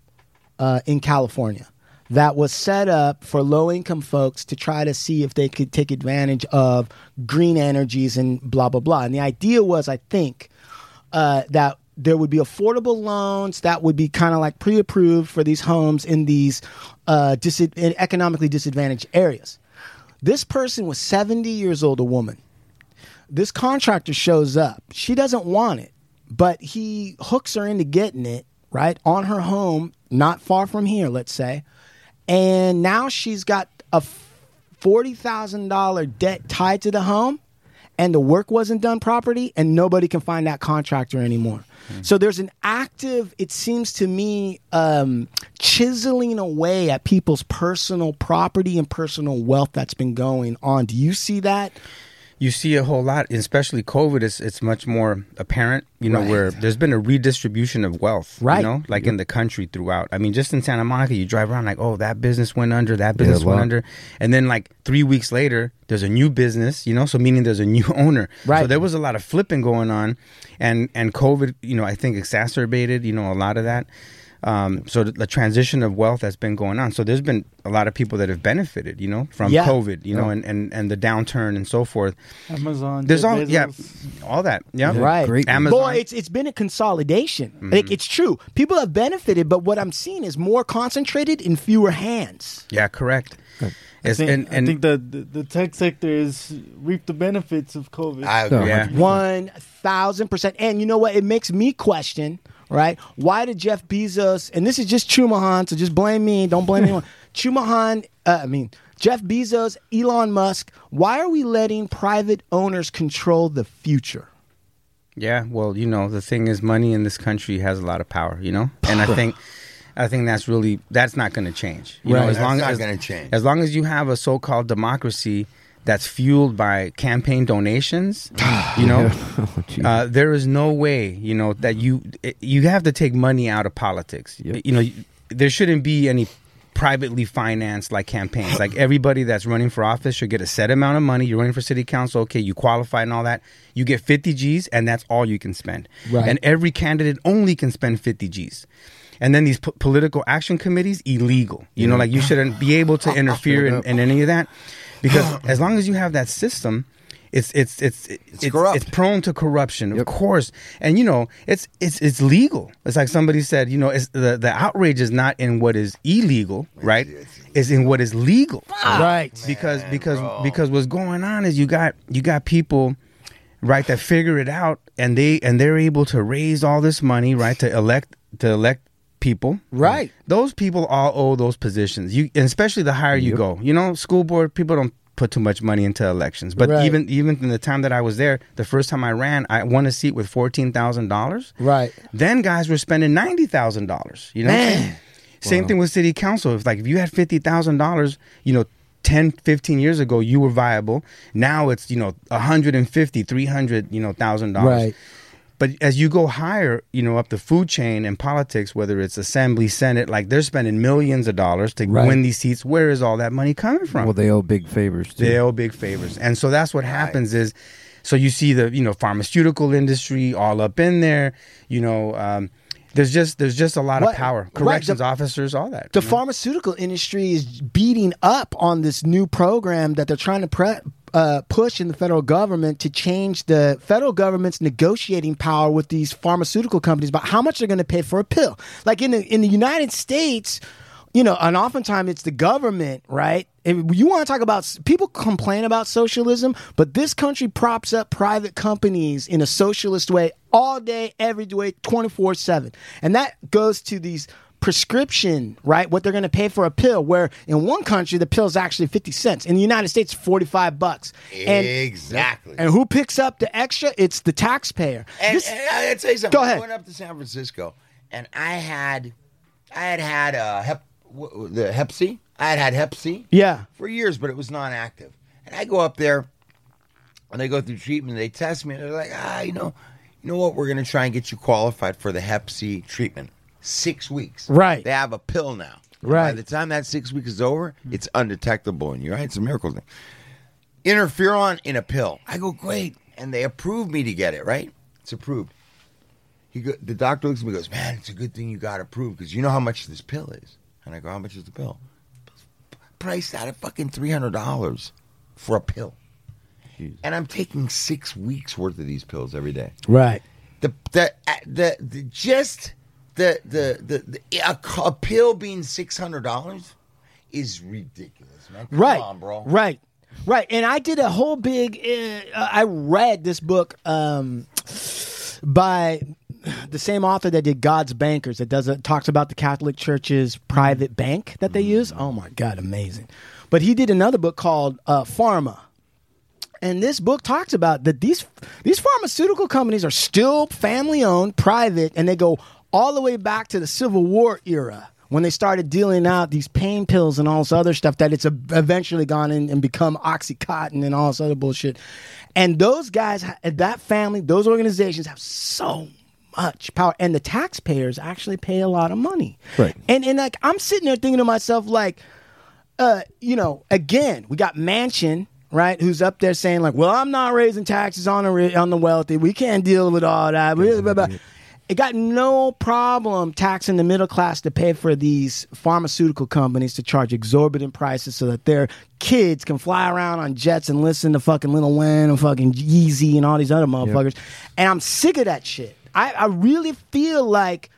uh, in California that was set up for low income folks to try to see if they could take advantage of green energies and blah, blah, blah. And the idea was, I think, uh, that there would be affordable loans that would be kind of like pre approved for these homes in these uh, dis- in economically disadvantaged areas. This person was 70 years old, a woman this contractor shows up. She doesn't want it, but he hooks her into getting it, right? On her home, not far from here, let's say. And now she's got a f- $40,000 debt tied to the home, and the work wasn't done properly, and nobody can find that contractor anymore. So there's an active, it seems to me, um, chiseling away at people's personal property and personal wealth that's been going on. Do you see that?
you see a whole lot, especially COVID. It's it's much more apparent, you know, where there's been a redistribution of wealth,
Right.
You know, like in the country throughout. I mean, just in Santa Monica, you drive around like, oh, that business went under, that business
a
went
lot.
under, and then like three weeks later, there's a new business, you know, so meaning there's a new owner, So
Right.
there was a lot of flipping going on, and and COVID, you know, I think exacerbated, you know, a lot of that. Um, so the, the transition of wealth that's been going on. So there's been a lot of people that have benefited, you know, from
Yeah.
COVID, you know, and, and, and the downturn and so forth.
Amazon.
There's
Jeff
all yeah,
Bezos.
all that yeah,
right.
Amazon. Mm-hmm.
Boy, it's it's been a consolidation. Like it's true. People have benefited, but what I'm seeing is more concentrated in fewer hands.
yeah, correct.
I
It's,
think,
and
I
and
think the, the the tech sector is reaped the benefits of COVID.
I agree.
yeah,
One thousand percent. And you know what? It makes me question, right? Why did Jeff Bezos? And this is just Chumahan, so just blame me. Don't blame anyone. Chumahan, uh, I mean Jeff Bezos, Elon Musk. Why are we letting private owners control the future?
yeah. Well, you know, the thing is, money in this country has a lot of power. You know, and I think. I think that's really that's not going to change. You know,
Right.
as
That's
long
not
as
gonna change.
as long as you have a so-called democracy that's fueled by campaign donations, you know,
Oh,
uh, there is no way you know that you you have to take money out of politics. You know, there shouldn't be any privately financed like campaigns. Like everybody that's running for office should get a set amount of money. You're running for city council, okay, you qualify and all that. You get 50 G's, and that's all you can spend.
Right.
And every candidate only can spend 50 G's. And then these po- political action committees illegal. You know, like you shouldn't be able to interfere in, in any of that, because as long as you have that system, it's it's it's it's,
corrupt.
It's prone to corruption, of course. And you know, it's it's it's legal. It's like somebody said, you know, it's the the outrage is not in what is illegal, right? It's in what is legal
right.
because because because what's going on is you got you got people right that figure it out and they and they're able to raise all this money right to elect to elect people
Right.
those people all owe those positions you and especially the higher you go you know school board people don't put too much money into elections but
Right.
even even in the time that i was there the first time i ran i won a seat with $14000
Right.
then guys were spending ninety thousand dollars. You know, what I'm saying? same thing with city council. If like if you had fifty thousand dollars, you know. 10 15 years ago you were viable now it's you know 150 300 you know thousand dollars
Right.
but as you go higher you know up the food chain in politics whether it's assembly senate like they're spending millions of dollars to
Right.
win these seats where is all that money coming from
Well, they owe big favors too.
they owe big favors, and so that's what happens is, so you see the you know pharmaceutical industry all up in there. You know, um, there's just there's just a lot
What-
of power.
right, the-
Corrections officers, all that.
The
you know?
pharmaceutical industry is beating up on this new program that they're trying to pre- uh, push in the federal government to change the federal government's negotiating power with these pharmaceutical companies about how much they're going to pay for a pill. Like in the, in the United States, you know, and oftentimes it's the government, right? If you want to talk about people complain about socialism, but this country props up private companies in a socialist way all day, every day, 24 7. And that goes to these prescription, right? What they're going to pay for a pill, where in one country the pill's actually 50 cents. In the United States, 45 bucks. And
exactly.
and who picks up the extra? It's the taxpayer.
And,
This-
and I gotta tell you something.
Go ahead.
I went up to San Francisco, and I had, I had had uh, hep, w- the Hep C. I had had Hep C
yeah.
for years, but it was non-active. And I go up there, and I go through treatment. And they test me, and they're like, ah, you know, you know what? We're gonna try and get you qualified for the Hep C treatment. Six weeks.
Right.
They have a pill now. And By
Right.
the time that six weeks is over, it's undetectable, and you're right. It's a miracle thing. Interferon in a pill. I go great, and they approved me to get it. Right. It's approved. He go, the doctor looks at me and goes, man, it's a good thing you got approved because you know how much this pill is. And I go, how much is the pill? priced out at fucking three hundred dollars for a pill, and I'm taking six weeks worth of these pills every day.
Right.
The the uh, the, the just the the the, the a, c- a pill being six hundred dollars is ridiculous, man. Come
right,
on, bro.
Right, right. And I did a whole big. Uh, uh, I read this book um, by the same author that did God's Bankers. That does it talks about the Catholic Church's private bank that they use. Oh my God, amazing! But he did another book called uh, Pharma. And this book talks about that these these pharmaceutical companies are still family owned, private, and they go all the way back to the Civil War era when they started dealing out these pain pills and all this other stuff that it's eventually gone in and become oxycontin and all this other bullshit. And those guys, that family, those organizations have so much power, and the taxpayers actually pay a lot of money.
Right.
And and like I'm sitting there thinking to myself like uh, you know, again, we got Mansion, right? Who's up there saying like, "Well, I'm not raising taxes on the ri- on the wealthy. We can't deal with all that." Blah, blah, blah. It got no problem taxing the middle class to pay for these pharmaceutical companies to charge exorbitant prices so that their kids can fly around on jets and listen to fucking Lil Wayne and fucking Yeezy and all these other motherfuckers. And I'm sick of that shit. I, I really feel like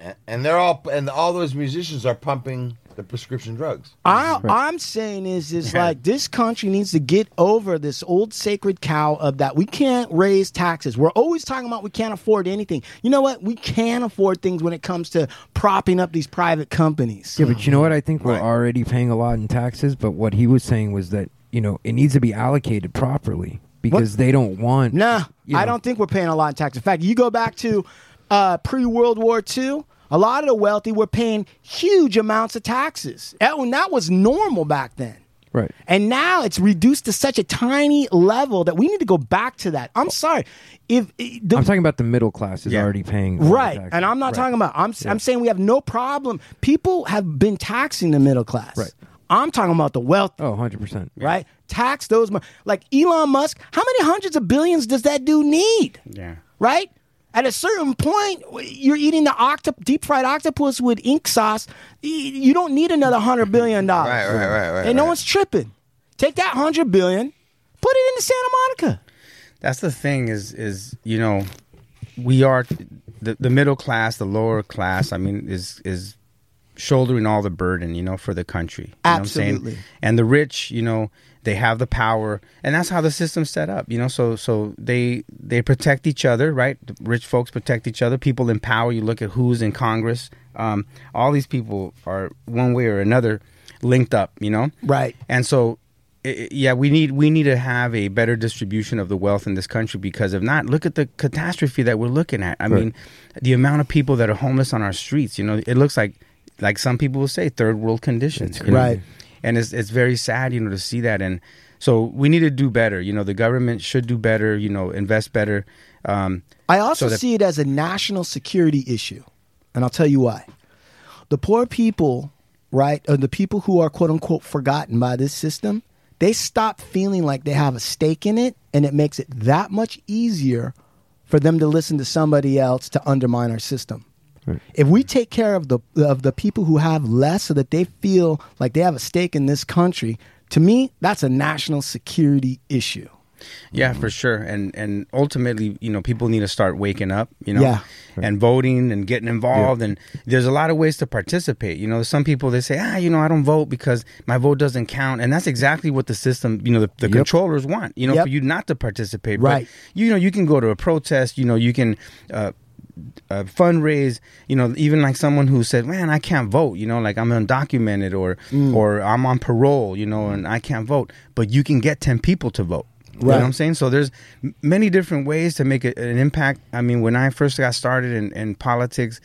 And, and they're all and all those musicians are pumping the prescription drugs.
I, I'm saying is is like this country needs to get over this old sacred cow of that we can't raise taxes. We're always talking about we can't afford anything. You know what? We can afford things when it comes to propping up these private companies.
Yeah, but you know what? I think we're already paying a lot in taxes. But what he was saying was that you know it needs to be allocated properly because they don't want.
Nah,
you
I
know,
don't think we're paying a lot in tax. In fact, you go back to uh, pre World War II, a lot of the wealthy were paying huge amounts of taxes. That, and that was normal back then.
Right.
And now it's reduced to such a tiny level that we need to go back to that. I'm sorry. If the,
I'm talking about the middle class is
Yeah.
already paying. all
Right.
the taxes.
And I'm not
Right.
talking about I'm s am saying we have no problem. People have been taxing the middle class.
Right.
I'm talking about the wealthy,
Oh, 100%.
right? Tax those mo- like Elon Musk, how many hundreds of billions does that dude need?
Yeah.
Right? At a certain point, w- you're eating the octop- deep fried octopus with ink sauce. Y- You don't need another hundred billion dollars.
Right, right, right, right,
And no
right.
one's tripping. Take that hundred billion, put it into Santa Monica.
That's the thing is is you know, we are the the middle class, the lower class. I mean, is is shouldering all the burden, you know, for the country. You know what I'm saying?
Absolutely.
And the rich, you know, they have the power, and that's how the system's set up. You know, so so they they protect each other, right? The rich folks protect each other. People in power. You look at who's in Congress. Um, all these people are one way or another linked up. You know,
Right.
and so, i- i- yeah, we need we need to have a better distribution of the wealth in this country because if not, look at the catastrophe that we're looking at. I mean, the amount of people that are homeless on our streets. You know, it looks like like some people will say third world conditions. you know?
Right.
And it's it's very sad, you know, to see that. And so we need to do better. You know, the government should do better. You know, invest better. Um,
I also
So that-
see it as a national security issue, and I'll tell you why. The poor people, right, or the people who are quote unquote forgotten by this system, they stop feeling like they have a stake in it, and it makes it that much easier for them to listen to somebody else to undermine our system. If we take care of the of the people who have less, so that they feel like they have a stake in this country, to me, that's a national security issue.
Yeah,
Mm-hmm.
for sure. And and ultimately, you know, people need to start waking up, you know,
Yeah.
and voting and getting involved. And there's a lot of ways to participate. You know, some people they say, ah, you know, I don't vote because my vote doesn't count, and that's exactly what the system, you know, the, the controllers want. You know,
Yep.
for you not to participate,
Right.
But, you know, you can go to a protest. You know, you can. Uh, uh, fundraise, you know, even like someone who said, "Man, I can't vote," you know, like I'm undocumented or
Mm.
or I'm on parole, you know, and I can't vote. But you can get ten people to vote. You know
Right.
what I'm saying? So there's m- many different ways to make a, an impact. I mean, when I first got started in, in politics,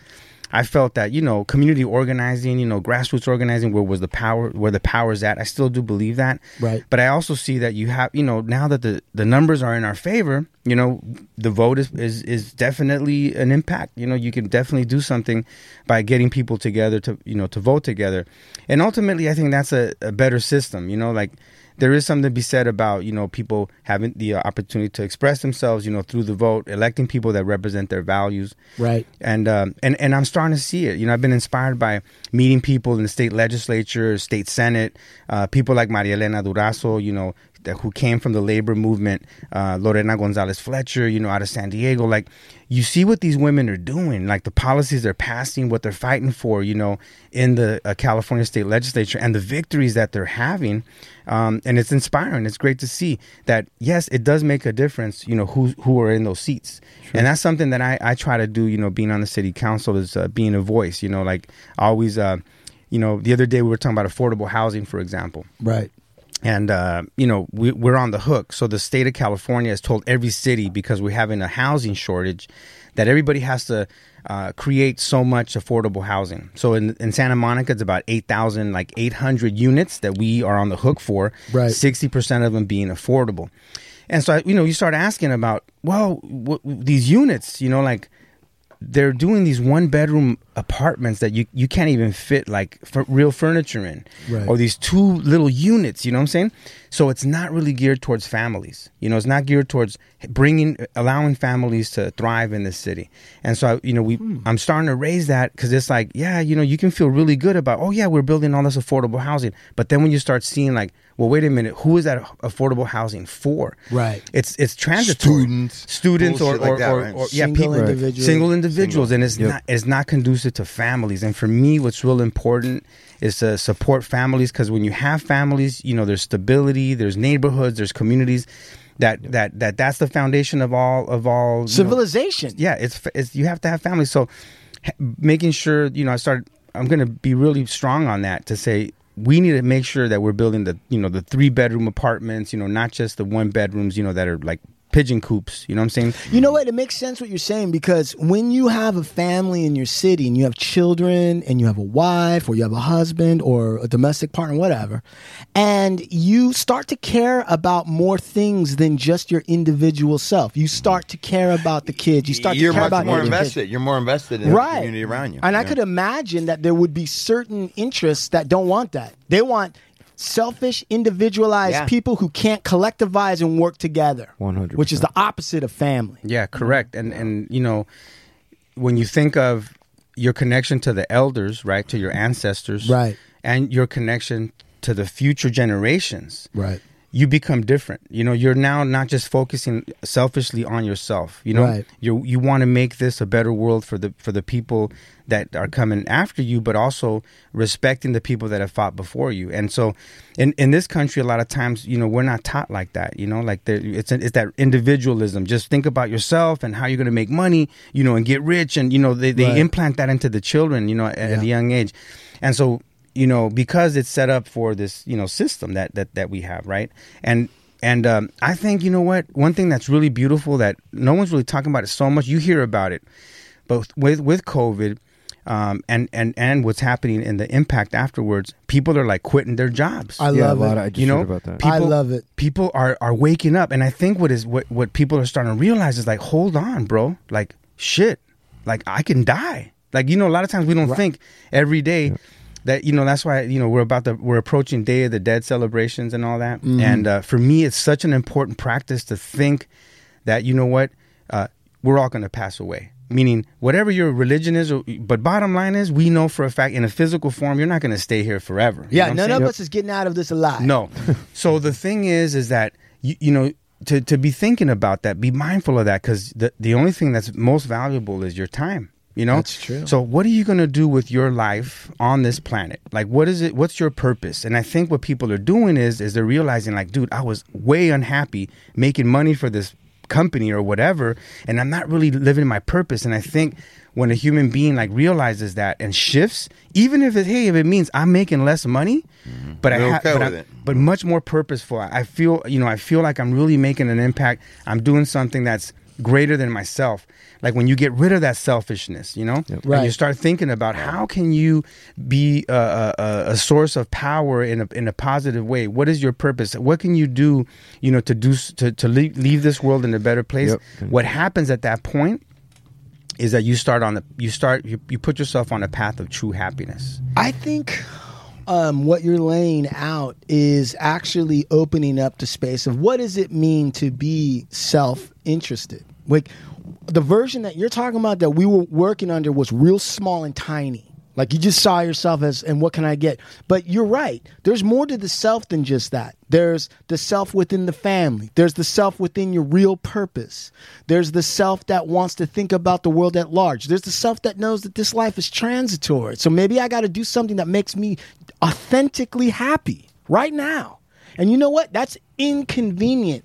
I felt that you know community organizing, you know, grassroots organizing, where was the power, where the power's at. I still do believe that.
Right.
But I also see that you have, you know, now that the the numbers are in our favor, you know, the vote is is, is definitely an impact. You know, you can definitely do something by getting people together to you know to vote together, and ultimately, I think that's a, a better system. You know, like there is something to be said about you know people having the opportunity to express themselves, you know, through the vote, electing people that represent their values
Right.
and um, and and I'm starting to see it. You know, I've been inspired by meeting people in the state legislature, state senate, uh, people like Maria Elena Durazo. You know, that, who came from the labor movement, uh, Lorena Gonzalez Fletcher. You know, out of San Diego. Like, you see what these women are doing, like the policies they're passing, what they're fighting for. You know, in the uh, California state legislature, and the victories that they're having. Um, and it's inspiring. It's great to see that. Yes, it does make a difference. You know, who who are in those seats, and that's something that I I try to do. You know, being on the city council is uh, being a voice. You know, like always. Uh, you know, the other day we were talking about affordable housing, for example
Right.
and uh, you know we, we're on the hook. So the state of California has told every city because we're having a housing shortage that everybody has to uh, create so much affordable housing. So in, in Santa Monica, it's about eight thousand, like eight hundred units that we are on the hook for.
Right.
sixty percent of them being affordable. And so I- you know you start asking about well w- these units, you know like they're doing these one bedroom apartments that you, you can't even fit like f- real furniture in
Right.
or these two little units you know what i'm saying so it's not really geared towards families you know it's not geared towards bringing allowing families to thrive in this city and so I, you know we
Hmm.
i'm starting to raise that because it's like yeah you know you can feel really good about oh yeah we're building all this affordable housing but then when you start seeing like well wait a minute who is that affordable housing for
Right.
it's it's transitory
Students,
students or,
bullshit like
or,
that,
or,
right?
or- yeah
Single
people
individuals.
single individuals and it's not it's not conducive to families and for me what's real important is to support families because when you have families you know there's stability there's neighborhoods there's communities that that that that's the foundation of all of all you know-
Civilization.
yeah it's, it's you have to have families so ha- making sure you know i started i'm going to be really strong on that to say we need to make sure that we're building the you know the three bedroom apartments you know not just the one bedrooms you know that are like pigeon coops. You know what I'm saying?
You know what? It makes sense what you're saying because when you have a family in your city and you have children and you have a wife or you have a husband or a domestic partner, whatever, and you start to care about more things than just your individual self. You start to care about the kids. You start
You're
to care
much
about
more
your kids.
invested. You're more invested in the
right.
community around you.
And I
Yeah.
could imagine that there would be certain interests that don't want that. They want selfish, individualized
Yeah.
people who can't collectivize and work together.
100%.
Which is the opposite of family.
Yeah, correct. And and you know, when you think of your connection to the elders, right, to your ancestors,
Right.
and your connection to the future generations,
Right.
you become different. You know, you're now not just focusing selfishly on yourself. You know,
Right.
you you want to make this a better world for the for the people that are coming after you, but also respecting the people that have fought before you. And so, in in this country, a lot of times, you know, we're not taught like that. You know, like there, it's it's that individualism. Just think about yourself and how you're going to make money. You know, and get rich. And you know, they they
Right.
implant that into the children. You know, at, at a young age, and so you know because it's set up for this you know system that that that we have right and and um, i think you know what one thing that's really beautiful that no one's really talking about it so much you hear about it but with with covid um, and and and what's happening and the impact afterwards people are like quitting their jobs
I
yeah,
love
a lot
it.
Of, I just
you know
heard about that.
I love it.
people are are waking up and i think what is what what people are starting to realize is like hold on bro like shit like i can die like you know a lot of times we don't think every day that you know that's why you know we're about the we're approaching day of the dead celebrations and all that
Mm-hmm.
and uh, for me it's such an important practice to think that you know what uh, we're all going to pass away meaning whatever your religion is or- but bottom line is we know for a fact in a physical form you're not going to stay here forever You know
Yeah,
what I'm
none
saying?
of us is getting out of this alive.
No. so the thing is, is that you, you know to to be thinking about that, be mindful of that, because the the only thing that's most valuable is your time. You know,
That's true.
So what are you going to do with your life on this planet? Like, what is it? What's your purpose? And I think what people are doing is is they're realizing, like, dude, I was way unhappy making money for this company or whatever and i'm not really living my purpose and i think when a human being like realizes that and shifts even if it hey if it means i'm making less money but i
You're
ha-
okay
but
with
I'm-
it.
but much more purposeful. I I feel, you know, I feel like I'm really making an impact. I'm doing something that's greater than myself. Like when you get rid of that selfishness, you know, and you
Right.
start thinking about how can you be a, a, a- a source of power in a, in a positive way. What is your purpose? What can you do, you know, to do s- to to leave, leave this world in a better place? What happens at that point? Is that you start on the you start you, you put yourself on a path of true happiness.
I think um, what you're laying out is actually opening up the space of what does it mean to be self-interested. Like the version that you're talking about that we were working under was real small and tiny. Like you just saw yourself as, and what can I get? But you're right. There's more to the self than just that. There's the self within the family. There's the self within your real purpose. There's the self that wants to think about the world at large. There's the self that knows that this life is transitory. So maybe I got to do something that makes me authentically happy right now. And you know what? That's inconvenient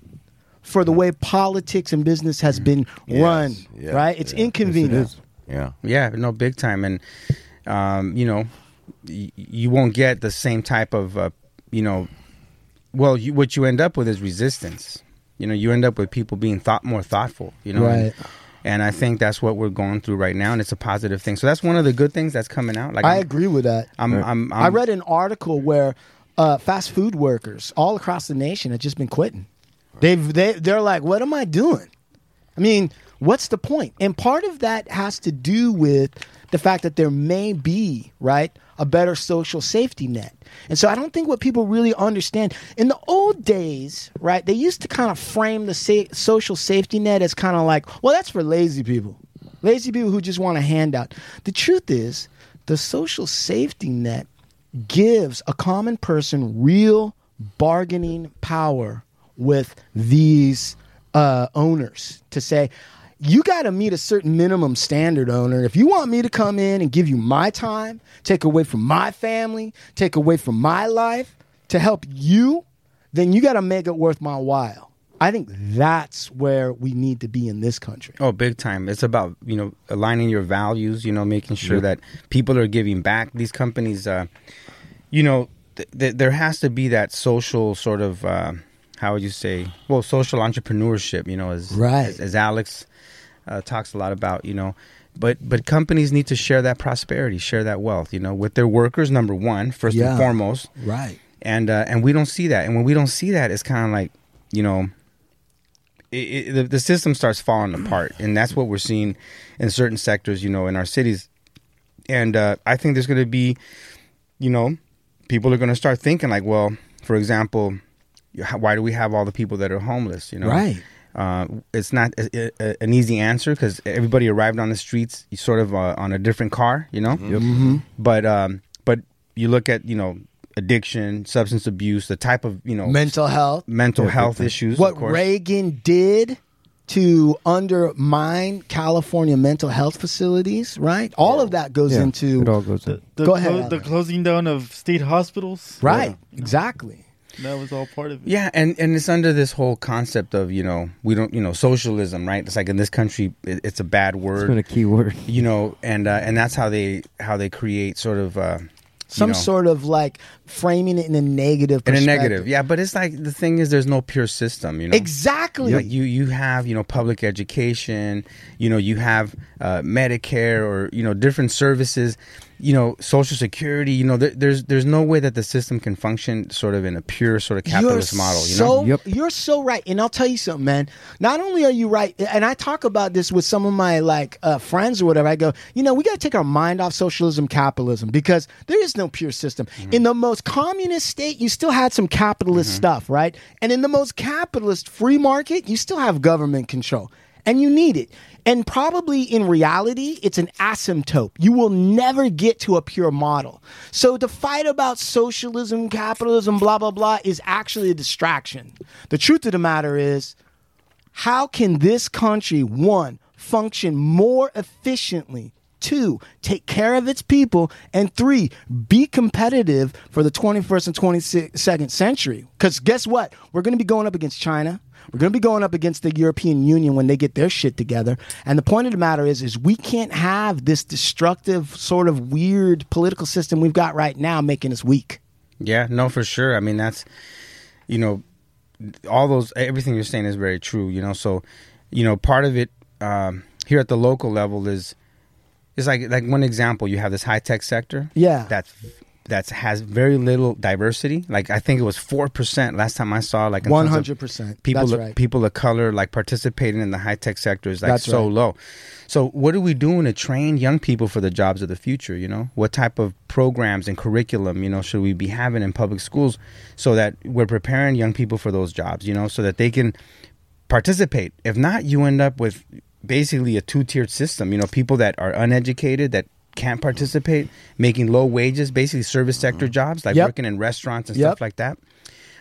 for the way politics and business has been run,
Yes,
right? It's
yeah. Yes, it
inconvenient.
is. Yeah.
Yeah, no, big time, and um, you know, y- you won't get the same type of, uh, you know, well, you, what you end up with is resistance. You know, you end up with people being thought more thoughtful. You know, and,
Right.
and I think that's what we're going through right now, and it's a positive thing. So that's one of the good things that's coming out. Like
I
I'm-
agree with that.
I'm, I'm, I'm,
I read an article where uh, fast food workers all across the nation have just been quitting. They've they they're like, what am I doing? I mean, what's the point? And part of that has to do with the fact that there may be right a better social safety net. And so I don't think what people really understand in the old days, right? They used to kind of frame the sa- social safety net as kind of like, well, that's for lazy people, lazy people who just want a handout. The truth is, the social safety net gives a common person real bargaining power with these uh, owners to say, you got to meet a certain minimum standard, owner. If you want me to come in and give you my time, take away from my family, take away from my life to help you, then you got to make it worth my while. I think that's where we need to be in this country.
Oh, big time. It's about, you know, aligning your values, you know, making sure that people are giving back. These companies, uh, you know, th- th- there has to be that social sort of, uh, how would you say well social entrepreneurship you know as
Right.
as, as alex uh, talks a lot about you know but but companies need to share that prosperity share that wealth you know with their workers number one first
Yeah.
and foremost
Right.
and uh, and we don't see that and when we don't see that it's kind of like you know it, it, the, the system starts falling apart and that's what we're seeing in certain sectors you know in our cities and uh, i think there's going to be you know people are going to start thinking like well for example you- how- why do we have all the people that are homeless you know
Right.
uh, it's not a, a, an easy answer because everybody arrived on the streets sort of uh, on a different car, you know.
Mm-hmm.
But um, but you look at you know addiction, substance abuse, the type of you know
Mental health.
mental health issues. of
What
course.
Reagan did to undermine California mental health facilities, right? All of that goes
Yeah,
into
it all goes in.
The
Go ahead,
the
Andre.
closing down of state hospitals.
right. Exactly.
That was all part of it.
Yeah, and and it's under this whole concept of you know we don't you know socialism, right? It's like in this country, it, it's a bad
It's been
word,
a key word.
you know, and uh, and that's how they how they create sort of. Uh,
Some
you know,
sort of like framing it in a negative.
in a
perspective.
negative, yeah, but it's like the thing is, there's no pure system, you know.
Exactly.
Like you, you have you know public education, you know you have uh, Medicare or you know different services, you know Social Security. You know there, there's there's no way that the system can function sort of in a pure sort of capitalist model. You
so,
know,
Yep.
You're so right. And I'll tell you something, man. Not only are you right, and I talk about this with some of my like uh, friends or whatever, I go, you know, we got to take our mind off socialism, capitalism, because there is no pure system.
Mm-hmm.
In the most communist state, you still had some capitalist stuff, right? And in the most capitalist free market, you still have government control. And you need it. And probably in reality, it's an asymptote. You will never get to a pure model. So the fight about socialism, capitalism, blah, blah, blah is actually a distraction. The truth of the matter is, how can this country, one, function more efficiently? Two, take care of its people. And three, be competitive for the 21st and 22nd century. Because guess what? We're going to be going up against China. We're going to be going up against the European Union when they get their shit together. And the point of the matter is, is we can't have this destructive sort of weird political system we've got right now making us weak.
yeah, no, for sure. I mean that's, you know, all those everything you're saying is very true. You know, so, you know, part of it um, here at the local level is, it's like like one example. You have this high tech sector.
Yeah.
that's that's has very little diversity. Like I think it was four percent last time I saw. Like in terms of
100%.
people
That's
of,
right.
people of color like participating in the high tech sector is like
That's
so
right.
low. So what are we doing to train young people for the jobs of the future? You know, what type of programs and curriculum you know should we be having in public schools so that we're preparing young people for those jobs? You know, so that they can participate. If not, you end up with basically a two tiered system. You know, people that are uneducated that can't participate, making low wages, basically service sector jobs like
Mm-hmm. Yep.
working in restaurants and
Yep.
stuff like that.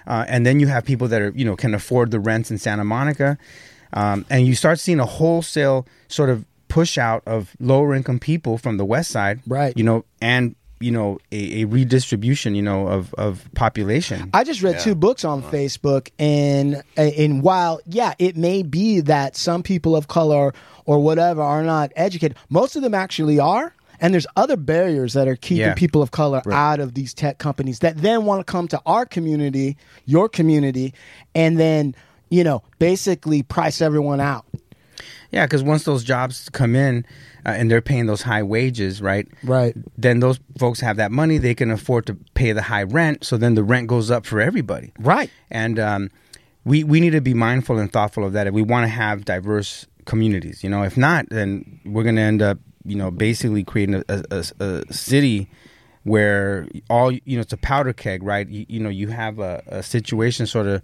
Uh, and then you have people that are you know can afford the rents in Santa Monica, um, and you start seeing a wholesale sort of push out of lower income people from the West Side,
Right.
You know, and you know a, a redistribution, you know, of of population.
I just read two books on Facebook, and and while yeah, it may be that some people of color or whatever are not educated, most of them actually are. And there's other barriers that are keeping
Yeah.
people of color out of these tech companies that then want to come to our community, your community, and then you know basically price everyone out.
Yeah, because once those jobs come in uh, and they're paying those high wages, right?
Right.
Then those folks have that money; they can afford to pay the high rent. So then the rent goes up for everybody,
Right.
And um, we we need to be mindful and thoughtful of that if we want to have diverse communities. You know, if not, then we're going to end up, you know, basically creating a, a, a, a city where all you know it's a powder keg, right? You, you know, you have a, a situation sort of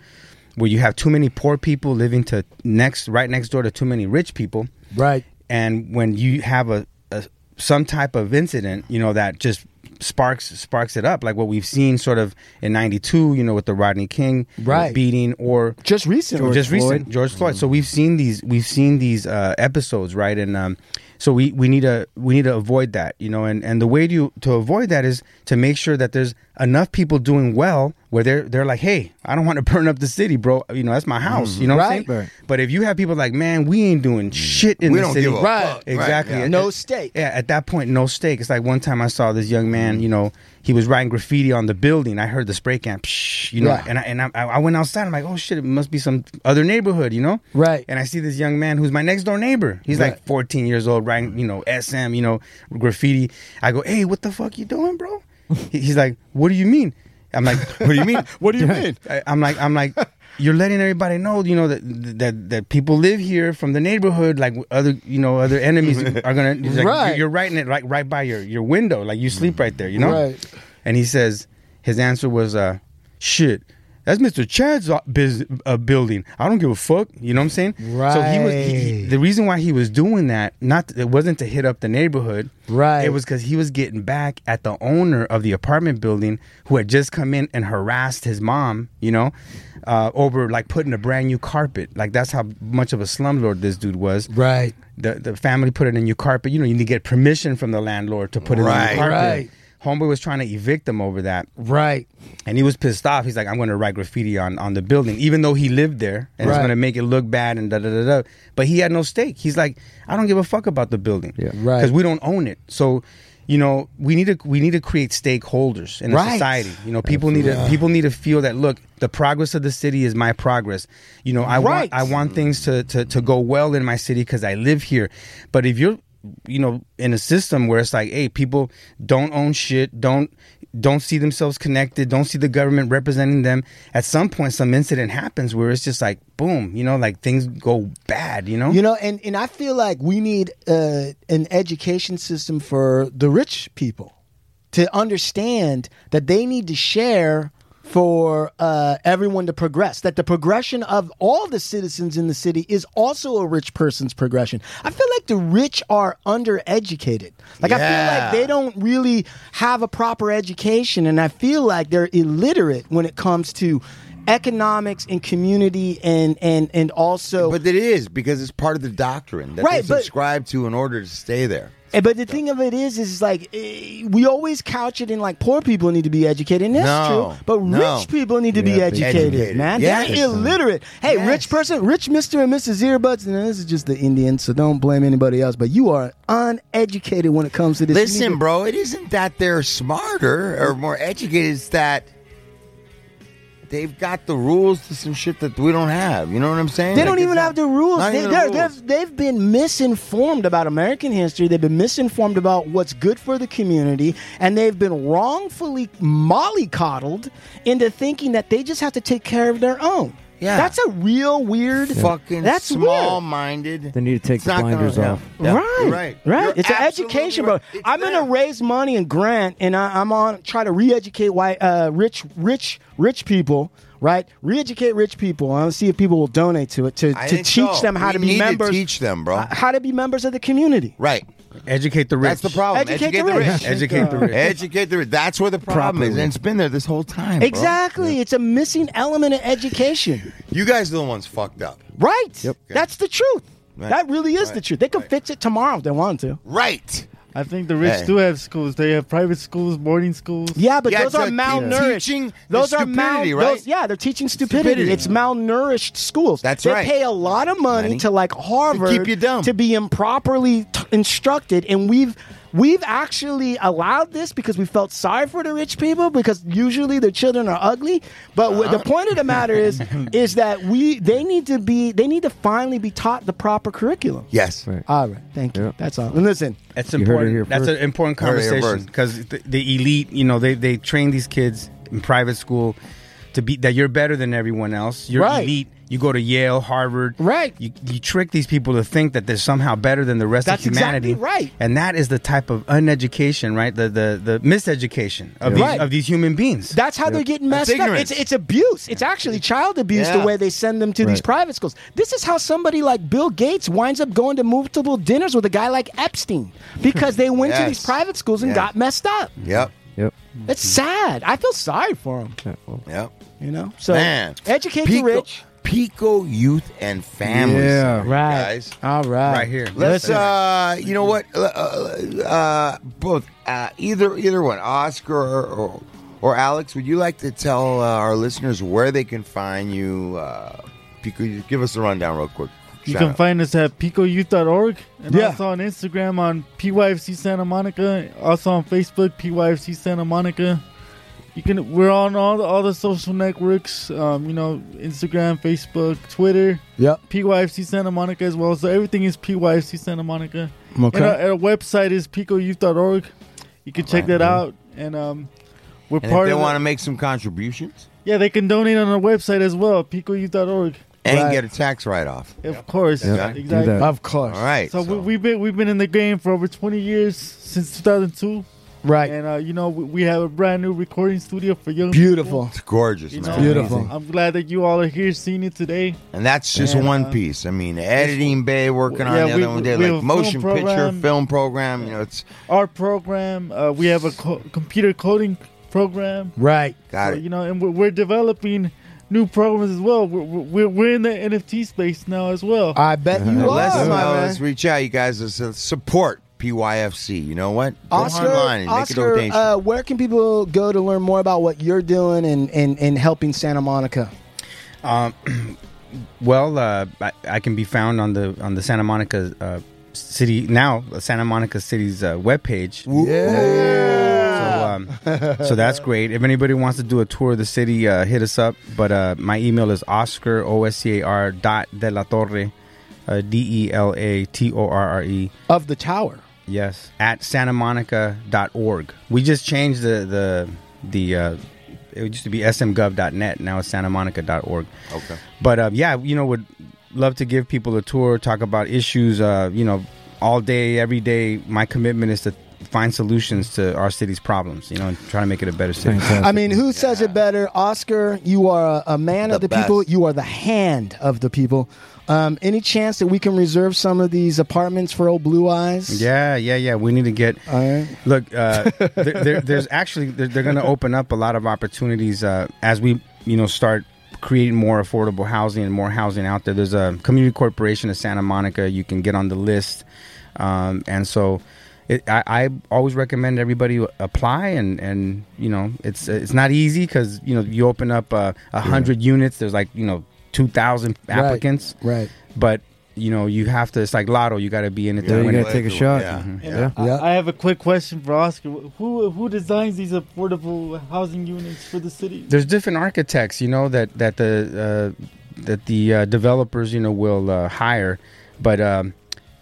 where you have too many poor people living to next right next door to too many rich people,
Right.
and when you have a, a some type of incident you know that just sparks sparks it up like what we've seen sort of in 92 you know with the rodney king
Right.
beating or
Just recently.
or just recent
Floyd.
george floyd so we've seen these we've seen these uh, episodes right and um, so we, we need to we need to avoid that you know and, and the way to to avoid that is to make sure that there's enough people doing well where they're they're like, hey, I don't want to burn up the city, bro. You know, that's my house. You know
Right.
what I'm saying? But if you have people like, man, we ain't doing shit in
We
the
don't
city,
give a Right. fuck. Right,
Exactly.
yeah.
At-
No
at-
stake. Mm-hmm.
Yeah, at that point, no stake. It's like one time I saw this young man. You know, he was writing graffiti on the building. I heard the spray can, psh, you know,
Right.
and I, and I, I went outside. I'm like, oh shit, it must be some other neighborhood, you know?
Right.
And I see this young man who's my next door neighbor. He's like 14 years old, writing, you know, SM, you know, graffiti. I go, hey, what the fuck you doing, bro? He- He's like, what do you mean? I'm like, what do you mean?
What do you mean?
I- I'm like, I'm like, you're letting everybody know, you know, that that that people live here from the neighborhood. Like other, you know, other enemies are gonna. he's like,
Right.
You're, you're writing it like right by your your window. Like you sleep right there, you know.
Right.
And he says his answer was, uh, "Shit." That's Mr. Chad's o- biz, uh, building. I don't give a fuck. You know what I'm saying? So he was he, he-
Right.
the reason why he was doing that. Not it wasn't to hit up the neighborhood.
Right.
It was because he was getting back at the owner of the apartment building who had just come in and harassed his mom, you know, uh, over like putting a brand new carpet. Like that's how much of a slumlord this dude was.
Right.
The, the family put in a new carpet. You know, you need to get permission from the landlord to put in a
Right.
new carpet.
Right.
Homeboy was trying to evict them over that.
Right.
And he was pissed off. He's like, I'm going to write graffiti on, on the building, even though he lived there and it's
Right.
going to make it look bad and da da da da. But he had no stake. He's like, I don't give a fuck about the building. Yeah.
Right.
Because we don't own it. So, you know, we need to we need to create stakeholders in a
Right.
society. You know, people need to people need to feel that look, the progress of the city is my progress. You know, I
Right.
want I want things to to, to go well in my city because I live here. But if you're you know in a system where it's like hey people don't own shit don't don't see themselves connected don't see the government representing them at some point some incident happens where it's just like boom you know like things go bad you know
You know, and, and I feel like we need uh, an education system for the rich people to understand that they need to share for uh, everyone to progress. That the progression of all the citizens in the city is also a rich person's progression. I feel like the rich are undereducated. Like I feel
Yeah.
like they don't really have a proper education, and I feel like they're illiterate when it comes to economics and community and and and also
But it is because it's part of the doctrine that
Right,
they
but-
subscribe to in order to stay there.
Eh, But the thing of it is, is like eh, we always couch it in like poor people need to be educated, and that's
No,
true. But
no.
rich people need to be
Yeah, be
educated,
educated.
man.
Yes.
They're illiterate. Hey, rich person, rich Mister and Mrs. Earbuds, and this is just the Indians, so don't blame anybody else. But you are uneducated when it comes to this. You need
Listen,
to-
bro, it isn't that they're smarter or more educated. It's that they've got the rules to some shit that we don't have. You know what I'm saying?
They
Like,
don't
it's
even
not-
have the rules.
not
They,
even the
they're,
rules.
They've, they've been misinformed about American history. They've been misinformed about what's good for the community, and they've been wrongfully mollycoddled into thinking that they just have to take care of their own.
Yeah.
that's a real weird.
fucking
that's
small
weird.
minded.
They need to take
It's
the
not gonna-
blinders
yeah,
off.
yeah, you're
Right, right,
right, You're
It's an
absolutely
education,
right.
bro.
It's
I'm
there.
gonna raise money and grant, and I, I'm on try to re-educate white, uh, rich, rich, rich people. Right, re-educate rich people. I want to see if people will donate to it to,
I
to
think
teach
so.
them how
We
to be
need
members.
Teach them, bro.
uh, how to be members of the community.
Right.
educate the rich
That's the problem.
Educate the rich.
educate the rich
Educate the rich. That's where the problem is,
Properly.
and it's been there this whole time. bro.
Exactly. It's a missing element of education.
You guys are the ones fucked up.
Right. That's the truth.
Right.
That really is the
Right.
truth. They can fix it tomorrow if they want to.
Right.
I think the rich
Hey.
do have schools. They have private schools, boarding schools.
Yeah, but
Yeah,
those
it's
are
a-
malnourished.
teaching
those
the
are mal-
stupidity, right?
those- yeah, they're teaching stupidity.
Stupidity.
It's malnourished schools.
That's
they
right.
pay a lot of money,
Money.
to like Harvard
you dumb.
to be improperly t- instructed, and we've we've actually allowed this because we felt sorry for the rich people because usually their children are ugly. But wh-
Uh-huh.
the point of the matter is is that we they need to be they need to finally be taught the proper curriculum.
Yes.
All right, thank you. That's all. And listen,
That's
You heard it
important.
here
That's
first.
an important
Heard it here
conversation
first.
because the, the elite, you know, they they train these kids in private school to be that you're better than everyone else. You're
Right.
elite. You go to Yale, Harvard.
Right.
You, you trick these people to think that they're somehow better than the rest
That's
of humanity.
exactly right.
And that is the type of uneducation, right? The the the miseducation of these
Right.
of these human beings.
That's how they're getting messed up.
ignorance.
It's it's abuse. It's actually child abuse the
Yeah.
way they send them to these private schools. This is how somebody like Bill Gates winds up going to multiple dinners with a guy like Epstein because they went to
Yes.
these private schools and
Yeah.
got messed up.
Yep.
Yep.
That's sad. I feel sorry for them.
Yep.
You know, so
Man.
educate
Pico,
the rich.
Pico Youth and Families.
Yeah.
Right.
Guys.
All right.
Right here.
Let's, uh, you know what? Uh, uh, both, uh, either either one, Oscar or, or, Or Alex, would you like to tell uh, our listeners where they can find you? Uh, if you could give us a rundown real quick.
You
Shout
can
out.
find us at picoyouth.org and
Yeah.
also on Instagram on PYFC Santa Monica, also on Facebook PYFC Santa Monica. You can we're on all the, all the social networks, um, you know, Instagram, Facebook, Twitter,
Yep.
PYFC Santa Monica as well. So everything is PYFC Santa Monica.
Okay.
And our, our website is picoyouth.org. You can check that out and um we're
And if
part
they
of the-
want to make some contributions
Yeah, they can donate on our website as well, picoyouth.org.
and
Right.
get a tax write off.
Of course.
Yeah, do
Exactly.
that.
of course.
All right.
So, We, we've been we've been in the game for over 20 years since 2002,
Right.
and uh, you know we, we have a brand new recording studio for young.
Beautiful.
it's gorgeous,
You
man.
know,
Beautiful.
I'm glad that you all are here seeing it today.
And that's just
And,
one
uh,
piece. I mean, editing bay working on
Yeah,
the other
we-
one
we
day,
have a
like
film
motion picture,
program.
film program. You know, it's
Our program, uh, we have a co- computer coding program.
Right.
got
So,
it.
you know, and we're, we're developing new programs as well. We're, we're we're in the NFT space now as well.
I bet you
Now,
are,
let's,
my
uh,
man.
let's reach out, you guys. Let's uh, support PYFC. You know what? Go
Oscar,
online and make a
Oscar
donation.
uh, where can people go to learn more about what you're doing and, and, and helping Santa Monica?
Well, uh, I, I can be found on the on the Santa Monica uh, city now Santa Monica city's uh, webpage. So, um, so that's great. If anybody wants to do a tour of the city, uh, hit us up. But uh, my email is Oscar O S C A R dot de la Torre uh, D E L A T O R R E
Of the tower.
Yes, at santamonica.org. We just changed the the the uh, it used to be smgov.net. Now it's santamonica.org.
Okay.
But uh, yeah, you know, would love to give people a tour, talk about issues. Uh, you know, all day, every day. My commitment is to find solutions to our city's problems. You know, and try to make it a better city.
I mean, who says it better? Oscar, you are a, a man of
The
the people.
best.
You are the hand of the people. Um, any chance that we can reserve some of these apartments for old Blue Eyes?
Yeah, yeah, yeah. We need to get.
All right.
Look, uh, there, there, there's actually they're, they're going to open up a lot of opportunities uh, as we you know start creating more affordable housing and more housing out there. There's a community corporation of Santa Monica. You can get on the list, um, and so. It, I, I always recommend everybody apply and, and you know it's it's not easy because you know you open up uh, a hundred units there's like you know two thousand applicants
Right.
but you know you have to it's like lotto you got to be in it
Yeah,
to
you
win it
gotta take a shot.
Yeah.
Yeah.
I-
Yeah.
I have a quick question for Oscar. Who who designs these affordable housing units for the city?
there's different architects you know that that the uh, that the uh, developers you know will uh, hire but um,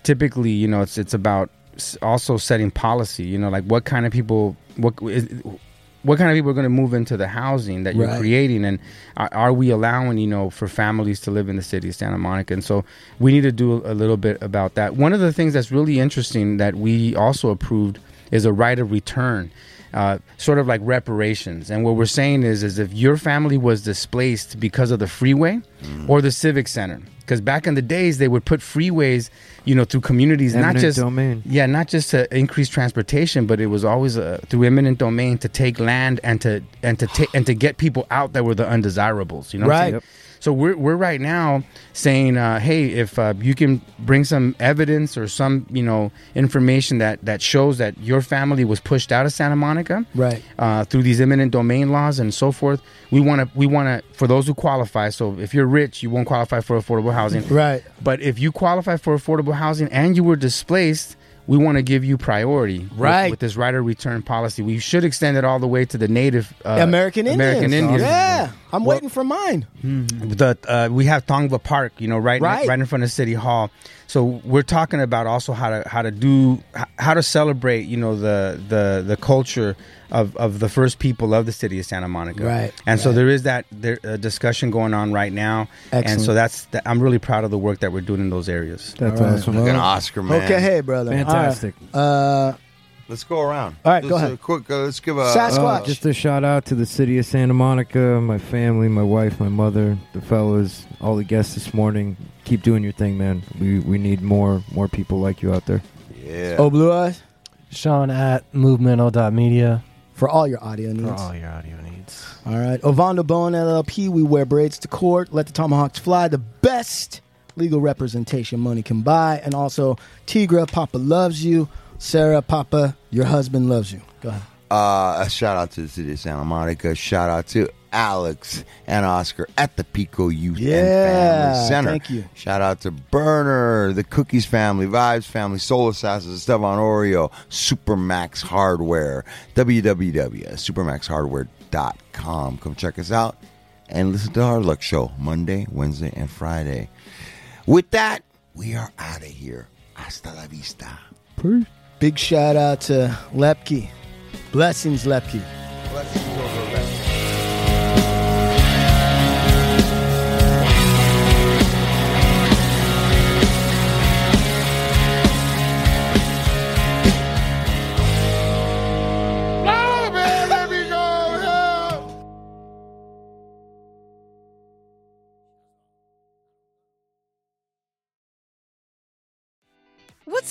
typically you know it's it's about s- also setting policy you know like what kind of people what is, what kind of people are going to move into the housing that you're
Right.
creating and are, are we allowing you know for families to live in the city of santa monica and so we need to do a little bit about that one of the things that's really interesting that we also approved is a right of return uh, sort of like reparations and what we're saying is is if your family was displaced because of the freeway or the civic center because back in the days they would put freeways you know through communities not
Eminent
just
domain.
yeah, not just to increase transportation, but it was always uh, through eminent domain to take land and to and to ta- and to get people out that were the undesirables. You know, what I'm
Right.
saying? So we're we're right now saying, uh, hey, if uh, you can bring some evidence or some you know information that that shows that your family was pushed out of Santa Monica,
Right.
uh, through these eminent domain laws and so forth. We want to we want to for those who qualify. So if you're rich, you won't qualify for affordable housing.
Right.
But if you qualify for affordable housing and you were displaced, we want to give you priority with-
Right.
with, this right of return policy. We should extend it all the way to the native uh,
American Indians.
American Indians.
Yeah. I'm
Well-
waiting for mine.
The, uh, we have Tongva Park, you know, right,
Right.
right in front of City Hall. So we're talking about also how to how to do h- how to celebrate, you know, the the the culture of of the first people of the city of Santa Monica.
Right,
And so there is that there, uh, discussion going on right now. And so
Excellent.
that's that, I'm really proud of the work that we're doing in those areas.
That's
All right.
awesome.
Like an Oscar, man.
Okay, hey, brother. All right.
Fantastic.
Uh,
Let's go around.
All right,
Just
go
a
ahead.
quick, uh, let's give a uh,
Sasquatch.
Just a shout out to the city of Santa Monica, my family, my wife, my mother, the fellas, all the guests this morning. Keep doing your thing, man. We we need more more people like you out there.
yeah.
oh, Blue Eyes,
Sean at movemental.media
for all your audio needs.
for all your audio needs.
All right. Ovando Bone LLP, we wear braids to court. Let the tomahawks fly. The best legal representation money can buy. And also, Tigra, Papa loves you. Sarah, Papa, your husband loves you. Go ahead.
Uh, a shout out to the city of Santa Monica. Shout out to Alex and Oscar at the Pico Youth and
Yeah,
Family Center.
thank you.
Shout out to Burner, the Cookies Family, Vibes Family, Solar Sauces, Stevan Oreo, Supermax Hardware, www.supermaxhardware.com. Come check us out and listen to the Hard Luck Show Monday, Wednesday, and Friday. With that, we are out of here. Hasta la vista.
Big shout out to Lepke. Blessings, Lepke.
What's